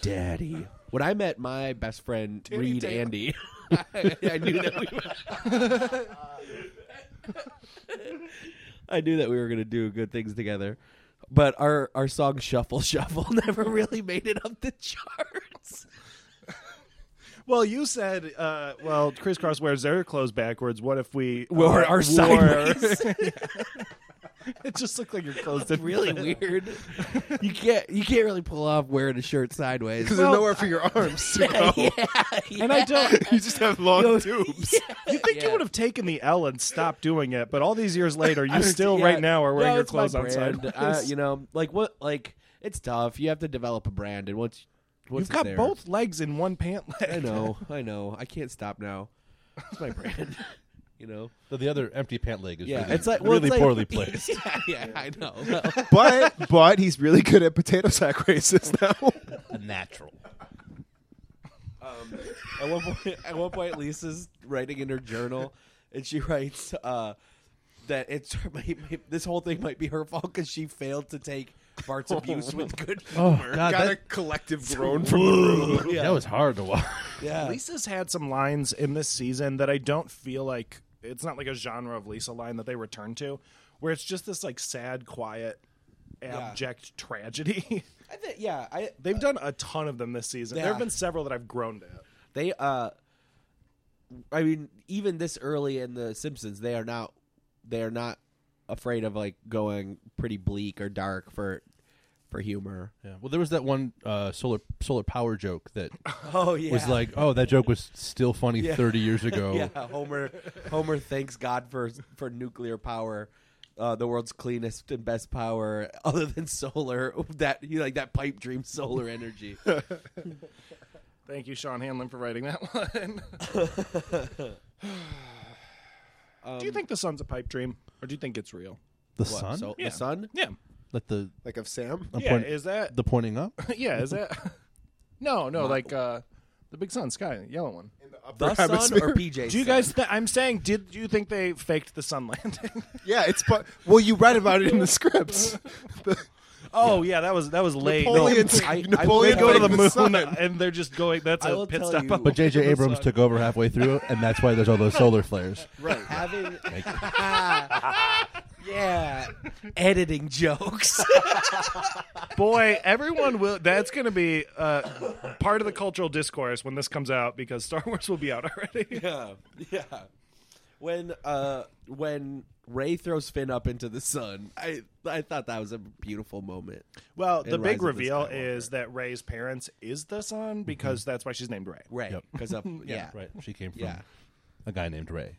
Daddy. When I met my best friend Reed Taylor. Andy, I, I knew that we. were- [LAUGHS] I knew that we were gonna do good things together, but our our song "Shuffle Shuffle" [LAUGHS] never really made it up the charts. Well, you said, uh, well, crisscross wears their clothes backwards. What if we uh, Wore our [LAUGHS] sideways. [LAUGHS] it just looked like your clothes did [LAUGHS] really weird. You can't you can't really pull off wearing a shirt sideways. Because Well, there's nowhere for your [LAUGHS] [LAUGHS] arms to go. And I don't. You just have long Yo, tubes. You think you would have taken the L and stopped doing it, but all these [LAUGHS] years later, you still Yeah. right now are wearing No, your it's my clothes on brand. sideways. Uh, you know, like what? Like it's tough. You have to develop a brand, and once, once You've it's got there- both legs in one pant leg. I [LAUGHS] know. I know. I can't stop now. It's my brand. [LAUGHS] You know, So the other empty pant leg is yeah, really, it's like well, really it's like- [LAUGHS] poorly placed. Yeah, yeah, I [LAUGHS] know. [LAUGHS] Well, But but he's really good at potato sack races [LAUGHS] now. Natural. Um, at one point, at one point, Lisa's writing in her journal, and she writes uh, that it's her, [LAUGHS] my, my, this whole thing might be her fault because she failed to take Bart's abuse with [LAUGHS] good Oh humor. God, Got a that, collective [LAUGHS] groan from the room. [LAUGHS] yeah. that was hard to watch. yeah. Lisa's had some lines in this season that I don't feel like it's not like a genre of Lisa line that they return to, where it's just this like sad, quiet, abject tragedy. [LAUGHS] I think yeah. I They've done a ton of them this season. There Yeah. have been several that I've groaned at. they uh, I mean, even this early in the Simpsons, they are not they are not afraid of like going pretty bleak or dark for for humor. Yeah. Well, there was that one uh, solar solar power joke [LAUGHS] that Oh yeah, was like, oh, that joke was still funny Yeah. [LAUGHS] 30 years ago. yeah. Homer Homer thanks God for for nuclear power. Uh, the world's cleanest and best power, [LAUGHS] other than solar, that you like that pipe dream solar energy. Thank you, Sean Hanlon, for writing that [LAUGHS] one. [LAUGHS] do you think the sun's a pipe dream, Um, or do you think it's real? The What, sun? so- Yeah. the sun. Yeah, like the Like of Sam? the, yeah. point- is that? the [LAUGHS] pointing up? [LAUGHS] yeah, is that? [LAUGHS] no, no. Like uh, the big sun, sky, the yellow one. The sun or PJ? Do you guys? Th- I'm saying, did you think they faked the sun [LAUGHS] landing? [LAUGHS] Yeah, it's pu- well, you read about it in [LAUGHS] the scripts. The- oh yeah. that was that was late. Napoleon, I- I Napoleon will go to the faked moon, sun. and they're just going. That's I a will pit tell stop. you- up. But J.J. Abrams took over halfway through, and that's why there's all those solar flares. right? Having yeah, editing jokes. Boy, everyone will. That's going to be uh, part of the cultural discourse when this comes out because Star [LAUGHS] Wars will be out already. [LAUGHS] yeah, yeah. When uh, when Ray throws Finn up into the sun, I I thought that was a beautiful moment. Well, the And Rise of big the reveal Skywalker. Mm-hmm. is that Ray's parents is the son because that's why she's named Ray. Ray, Yep. because of [LAUGHS] yeah, Right. She came from Yeah. a guy named Ray.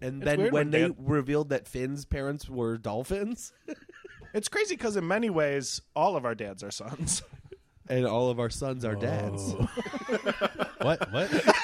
And It's then weird when when they Dad- revealed that Finn's parents were dolphins, [LAUGHS] It's crazy because in many ways, all of our dads [LAUGHS] are sons. and all of our sons are dads. [LAUGHS] What? What?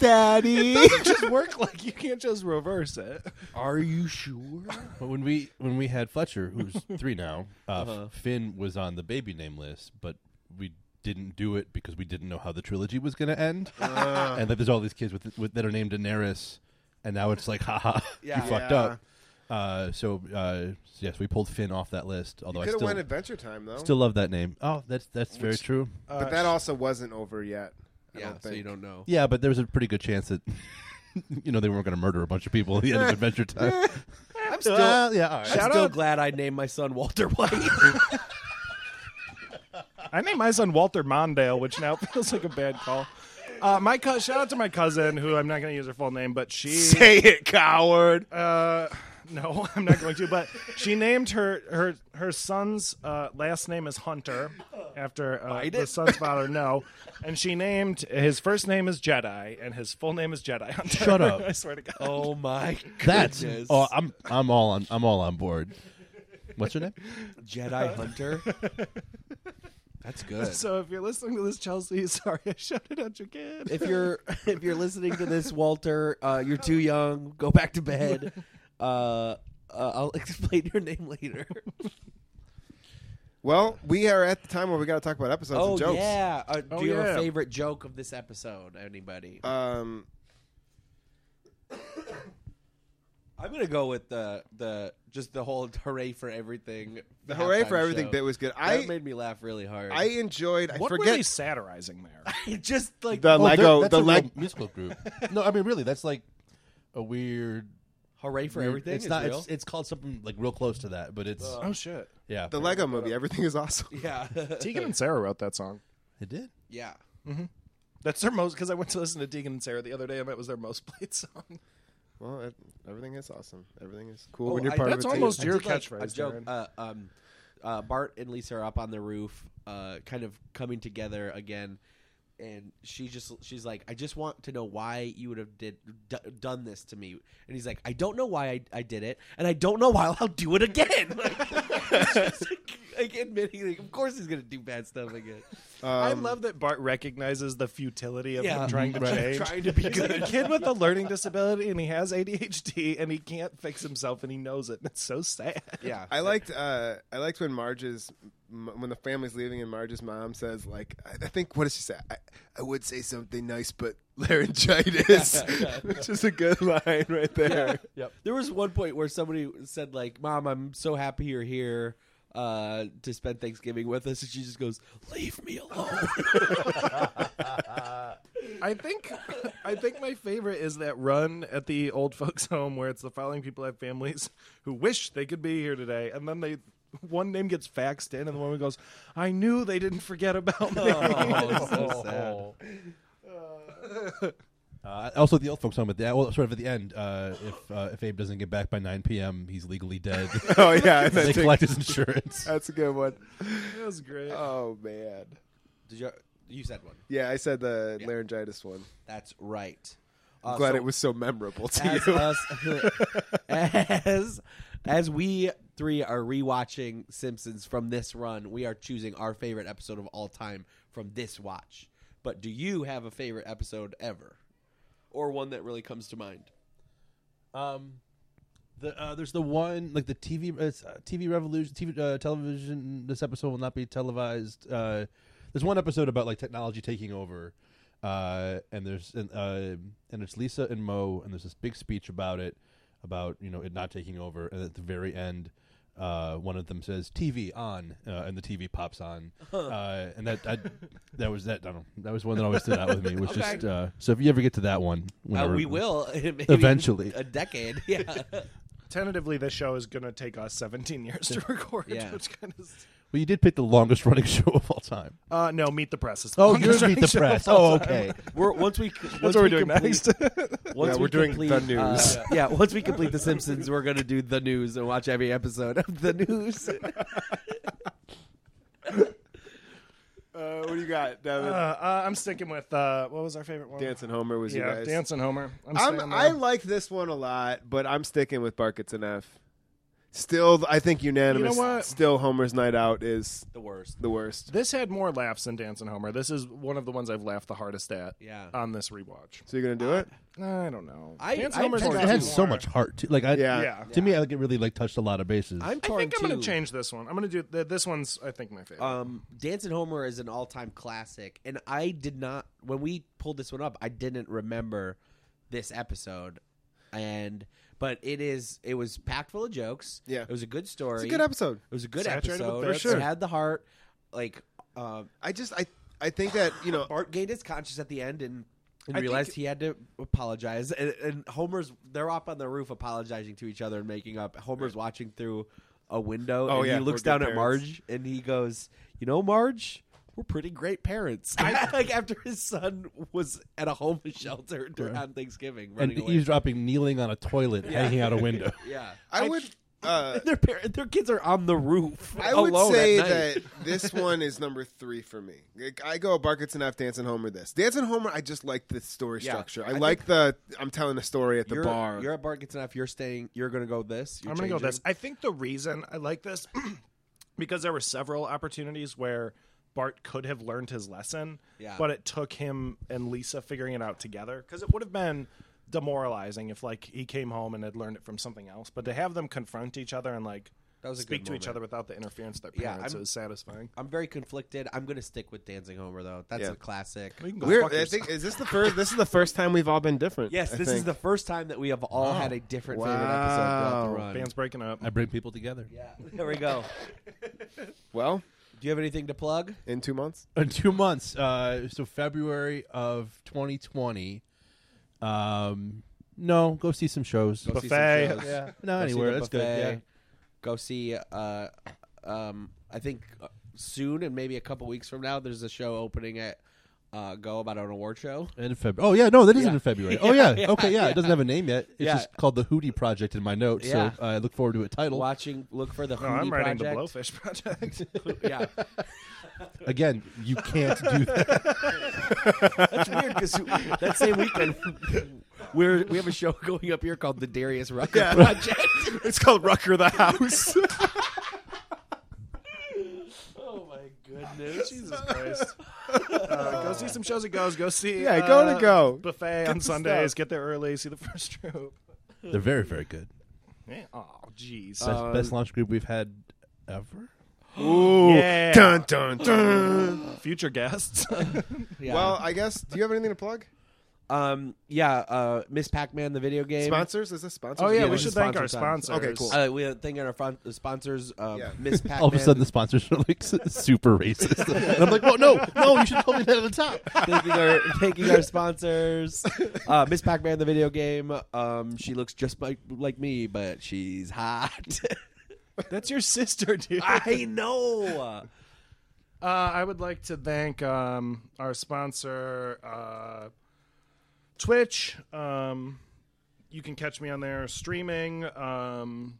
Daddy. [LAUGHS] just work like you can't just reverse it. Are you sure? But when we when we had Fletcher, who's three now, uh, Finn was on the baby name list, but we didn't do it because we didn't know how the trilogy was going to end, and that there's all these kids with, with that are named Daenerys, and now it's like, [LAUGHS] haha, Yeah. you fucked Yeah. up. Uh, so uh, yes, we pulled Finn off that list. Oh, Although I Could have still won Adventure Time, though. still love that name. Oh, that's that's very true. but that also wasn't over yet. I yeah, don't so think. you don't know. Yeah, but there was a pretty good chance that [LAUGHS] you know they weren't going to murder a bunch of people at the end of Adventure Time. I'm [LAUGHS] still, Well, yeah, all right. I'm Shout still out- glad I named my son Walter White. I named my son Walter Mondale, which now [LAUGHS] feels like a bad call. Uh, my cou- shout out to my cousin, who I'm not going to use her full name, but she [LAUGHS] Say it, coward. uh, No, [LAUGHS] I'm not going to. But she named her her her son's uh, last name is Hunter after uh, the son's father. No, and she named his first name is Jedi and his full name is Jedi Hunter. Shut up. [LAUGHS] I swear to God. Oh my That's goodness. oh, I'm I'm all on I'm all on board. [LAUGHS] What's her name? Jedi Hunter. [LAUGHS] That's good. So if you're listening to this, Chelsea, [LAUGHS] sorry I shouted at your kid. if you're [LAUGHS] if you're listening to this, Walter, uh, you're too young. Go back to bed. Uh, uh, I'll [LAUGHS] explain your name later. Well, we are at the time where we got to talk about episodes oh and jokes. yeah. Uh, do Oh, you have yeah. a favorite joke of this episode? Anybody? Um, I'm gonna go with the the just the whole [LAUGHS] hooray for everything. the hooray for halftime everything show. bit was good. that I made me laugh really hard. I enjoyed. I what were they forget satirizing there? [LAUGHS] just like the Oh, Lego. they're- The that's a real Lego. musical group. No, I mean really, that's like a weird. hooray for weird- everything. It's is not. real? It's, it's called something like real close to that, but it's Oh shit! yeah. Uh, The Lego movie. Everything is [LAUGHS] awesome. [LAUGHS] yeah, Tegan and Sarah wrote that song. it did. yeah. That's their most because I went to listen to Deacon and Sarah the other day, and that was their most played [LAUGHS] song. Well, it, everything is awesome. Everything is cool Oh, when you're I- part that's of a team. almost I your did like catchphrase, A joke. Darren. Uh, um, uh, Bart and Lisa are up on the roof, uh, kind of coming together again, and she just she's like, "I just want to know why you would have did d- done this to me," and he's like, "I don't know why I, I did it, and I don't know why I'll do it again." [LAUGHS] Like, it's just like, like admitting, like, of course he's gonna do bad stuff again. I love that Bart recognizes the futility of Yeah. him trying to Right. change. Trying to be He's like good. a kid with a learning disability, and he has ADHD, and he can't fix himself, and he knows it. It's so sad. Yeah, I liked uh, I liked when Marge's m- when the family's leaving and Marge's mom says like I, I think what does she say I, I would say something nice but [LAUGHS] [LAUGHS] laryngitis which is a good line right there Yep. There was one point where somebody said, like, Mom, I'm so happy you're here uh, to spend Thanksgiving with us. And she just goes, Leave me [LAUGHS] alone. I think, I think my favorite is that run at the old folks' home where it's the following people have families who wish they could be here today, and then they. One name gets faxed in, and the woman goes, "I knew they didn't forget about me." Oh, [LAUGHS] [LAUGHS] so Oh. sad. Uh, also, the old folks home at the well, sort of at the end. Uh, if uh, if Abe doesn't get back by 9 p.m., he's legally dead. [LAUGHS] oh yeah [LAUGHS] and they that's, a- collect [LAUGHS] his insurance. that's a good one. That was great. Oh man Did you, you said one. yeah I said the Yeah. laryngitis one That's right. I'm Uh, glad so uh, it was so memorable [LAUGHS] to As, you us, [LAUGHS] as, as we three are rewatching Simpsons from this run, we are choosing our favorite episode of all time from this watch. But do you have a favorite episode ever? Or one that really comes to mind? Um, the uh, there's the one like the TV it's, uh, TV revolution TV uh, television. This episode will not be televised. Uh, there's one episode about like technology taking over, uh, and there's and uh, and it's Lisa and Mo, and there's this big speech about it, about you know it not taking over, and at the very end. Uh, one of them says TV on, uh, and the TV pops on, uh, and that I, that was that. I don't know, that was one that always stood out with me. [LAUGHS] Was Okay. just uh, so if you ever get to that one, Uh, whenever- we will [LAUGHS] maybe Eventually. a decade. [LAUGHS] [LAUGHS] Yeah, tentatively this show is going to take us 17 years to record Yeah. which kind of Well, you did pick the longest running [LAUGHS] show of all time. uh no meet the press is the Oh, longest yours beat running the [LAUGHS] show. press. Oh, okay. [LAUGHS] we're once we that's once what we we're doing complete, next [LAUGHS] Once Yeah, we we're doing complete, the news. [LAUGHS] uh, yeah, once we complete the Simpsons, we're gonna do the news and watch every episode of the news. uh, what do you got uh, Devin? uh, i'm sticking with uh what was our favorite one Dance and Homer was yeah you guys dance and homer i'm, staying I'm, there. I like this one a lot, but I'm sticking with Bark. It's an F. Still, I think unanimous. You know what? Still, Homer's night out is the worst. [LAUGHS] the worst. this had more laughs than dance and homer this is one of the ones i've laughed the hardest at Yeah. on this rewatch So you're gonna do Uh, it? i don't know I- dance I and homer's think more I It had so more- much heart. Too. Like I, Yeah. yeah to me, I like it really like touched a lot of bases. I'm i torn think i'm too. gonna change this one i'm gonna do th- this one's i think my favorite Um, Dance and Homer is an all-time classic, and I did not when we pulled this one up. I didn't remember this episode, and but it is it was packed full of jokes. Yeah. it was a good story. It's a good episode. It was a good Saturated with episode. bad For sure. It had the heart. Like uh, I just I I think that you know Bart gained his conscience at the end and, and I realized think- he had to apologize. And, and Homer's they're up on the roof apologizing to each other and making up. Homer's watching through a window. Oh, and yeah, he looks we're good down at parents. Marge and he goes, "You know, Marge." we're pretty great parents. I, [LAUGHS] like after his son was at a homeless [LAUGHS] shelter during, on Thanksgiving, and running away. eavesdropping, kneeling on a toilet, hanging out [LAUGHS] a window. yeah, I would. [LAUGHS] Uh, Their parent, their kids are on the roof. I would alone say at night. [LAUGHS] that this one is number three for me. Like, I go Barkett's enough, Dance and Homer. This Dance and Homer, I just like the story Yeah. structure. I, I like the I'm telling a story at the you're, bar. You're at Bart gets enough. You're staying. You're gonna go this. You're I'm going to go changing. this. I think the reason I like this [CLEARS THROAT] because there were several opportunities where Bart could have learned his lesson, Yeah. but it took him and Lisa figuring it out together because it would have been demoralizing if like he came home and had learned it from something else. But to have them confront each other and like That was a speak good to each moment. other without the interference of their Yeah, parents I'm- is satisfying. I'm very conflicted. I'm gonna stick with Dancing Homer though. That's Yeah. a classic. We can go We're, fuck I yourself. think is this the first. This is the first time we've all been different. Yes, I this is think. the first time that we have all had a different favorite episode throughout the Wow. run. Band's breaking up. I bring people together. Oh, Yeah, [LAUGHS] there we go. well Do you have anything to plug? in two months. in two months. Uh, so February of 2020. Um, no, go see some shows. Go see some Buffet. shows. Yeah, no, Go see anywhere. the That's good. buffet. Yeah. Go see. Uh, um, I think uh, soon and maybe a couple weeks from now, there's a show opening at uh, Go about an award show. End of February. Oh yeah, no, that isn't Yeah. [LAUGHS] in February. Oh yeah, Yeah, okay, yeah, yeah. It doesn't have a name yet. It's Yeah. just called the Hootie Project in my notes. Yeah. So uh, I look forward to a title Watching, look for the. No, Oh, I'm Hootie writing project. the Blowfish Project. [LAUGHS] Yeah, again. You [LAUGHS] can't do that. that's weird because that same weekend we're we have a show [LAUGHS] going up here called the Darius Rucker [LAUGHS] Project. it's called Rucker the [LAUGHS] House. Oh my goodness! Jesus Christ. Uh, go see some shows at Goes. Go see. Yeah, go to uh, Go. Buffet on Sundays. Get there early. See the [LAUGHS] first group. They're very, very good. Yeah. Oh, jeez. Best, Um, best launch group we've had ever. Ooh, Yeah. Oh, dun dun dun. Future [LAUGHS] guests. [LAUGHS] Oh, Yeah. Well, I guess. Do you have anything to plug? um, yeah, uh, Miss Pac-Man, the video game. Sponsors? Is this sponsors? oh yeah, yeah, we this should is thank our sponsor time. sponsors. Okay, cool. Uh, we are thanking our front, the sponsors, uh, Yeah. Miss Pac-Man. [LAUGHS] All of a sudden, the sponsors are like su- [LAUGHS] super racist, and I'm like, "Well, no, no, you should tell me that at the top." thanking our thanking our sponsors. Uh, Miss Pac-Man, the video game. Um, she looks just like like me, but she's hot. [LAUGHS] That's your sister, dude. I know. Uh, I would like to thank um, our sponsor, uh, Twitch. Um, you can catch me on there streaming. Um,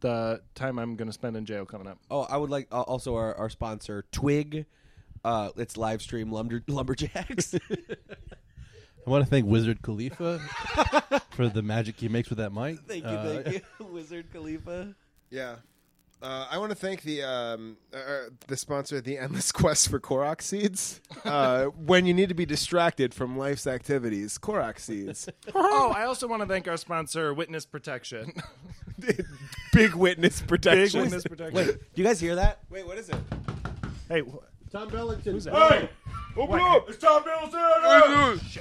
the time I'm going to spend in jail coming up. Oh, I would like uh, also our, our sponsor Twig. Uh, it's live stream lumber, [LAUGHS] lumberjacks. I want to thank [LAUGHS] Wizard Khalifa for the magic he makes with that mic. thank you, Uh, thank you, [LAUGHS] Wizard Khalifa. Yeah. Uh, I want to thank the um, uh, the sponsor of the Endless [LAUGHS] Quest for Korok Seeds. [LAUGHS] Uh, when you need to be distracted from life's activities, Korok Seeds. oh, I also want to thank our sponsor, Witness Protection. [LAUGHS] Big witness Big protection. Witness Protection. Wait, do you guys hear that? Wait, what is it? Hey, wh- Open up! It's Tom Bill's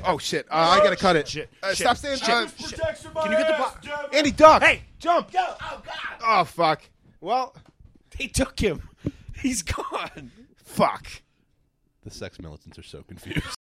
Oh shit! Uh, I gotta cut it. Shit, Uh, shit, stop saying. shit, uh, shit. Can you get the block? Andy Duck. Hey, jump! Oh god! Oh fuck! Well, They took him. He's gone. fuck. The sex militants are so confused.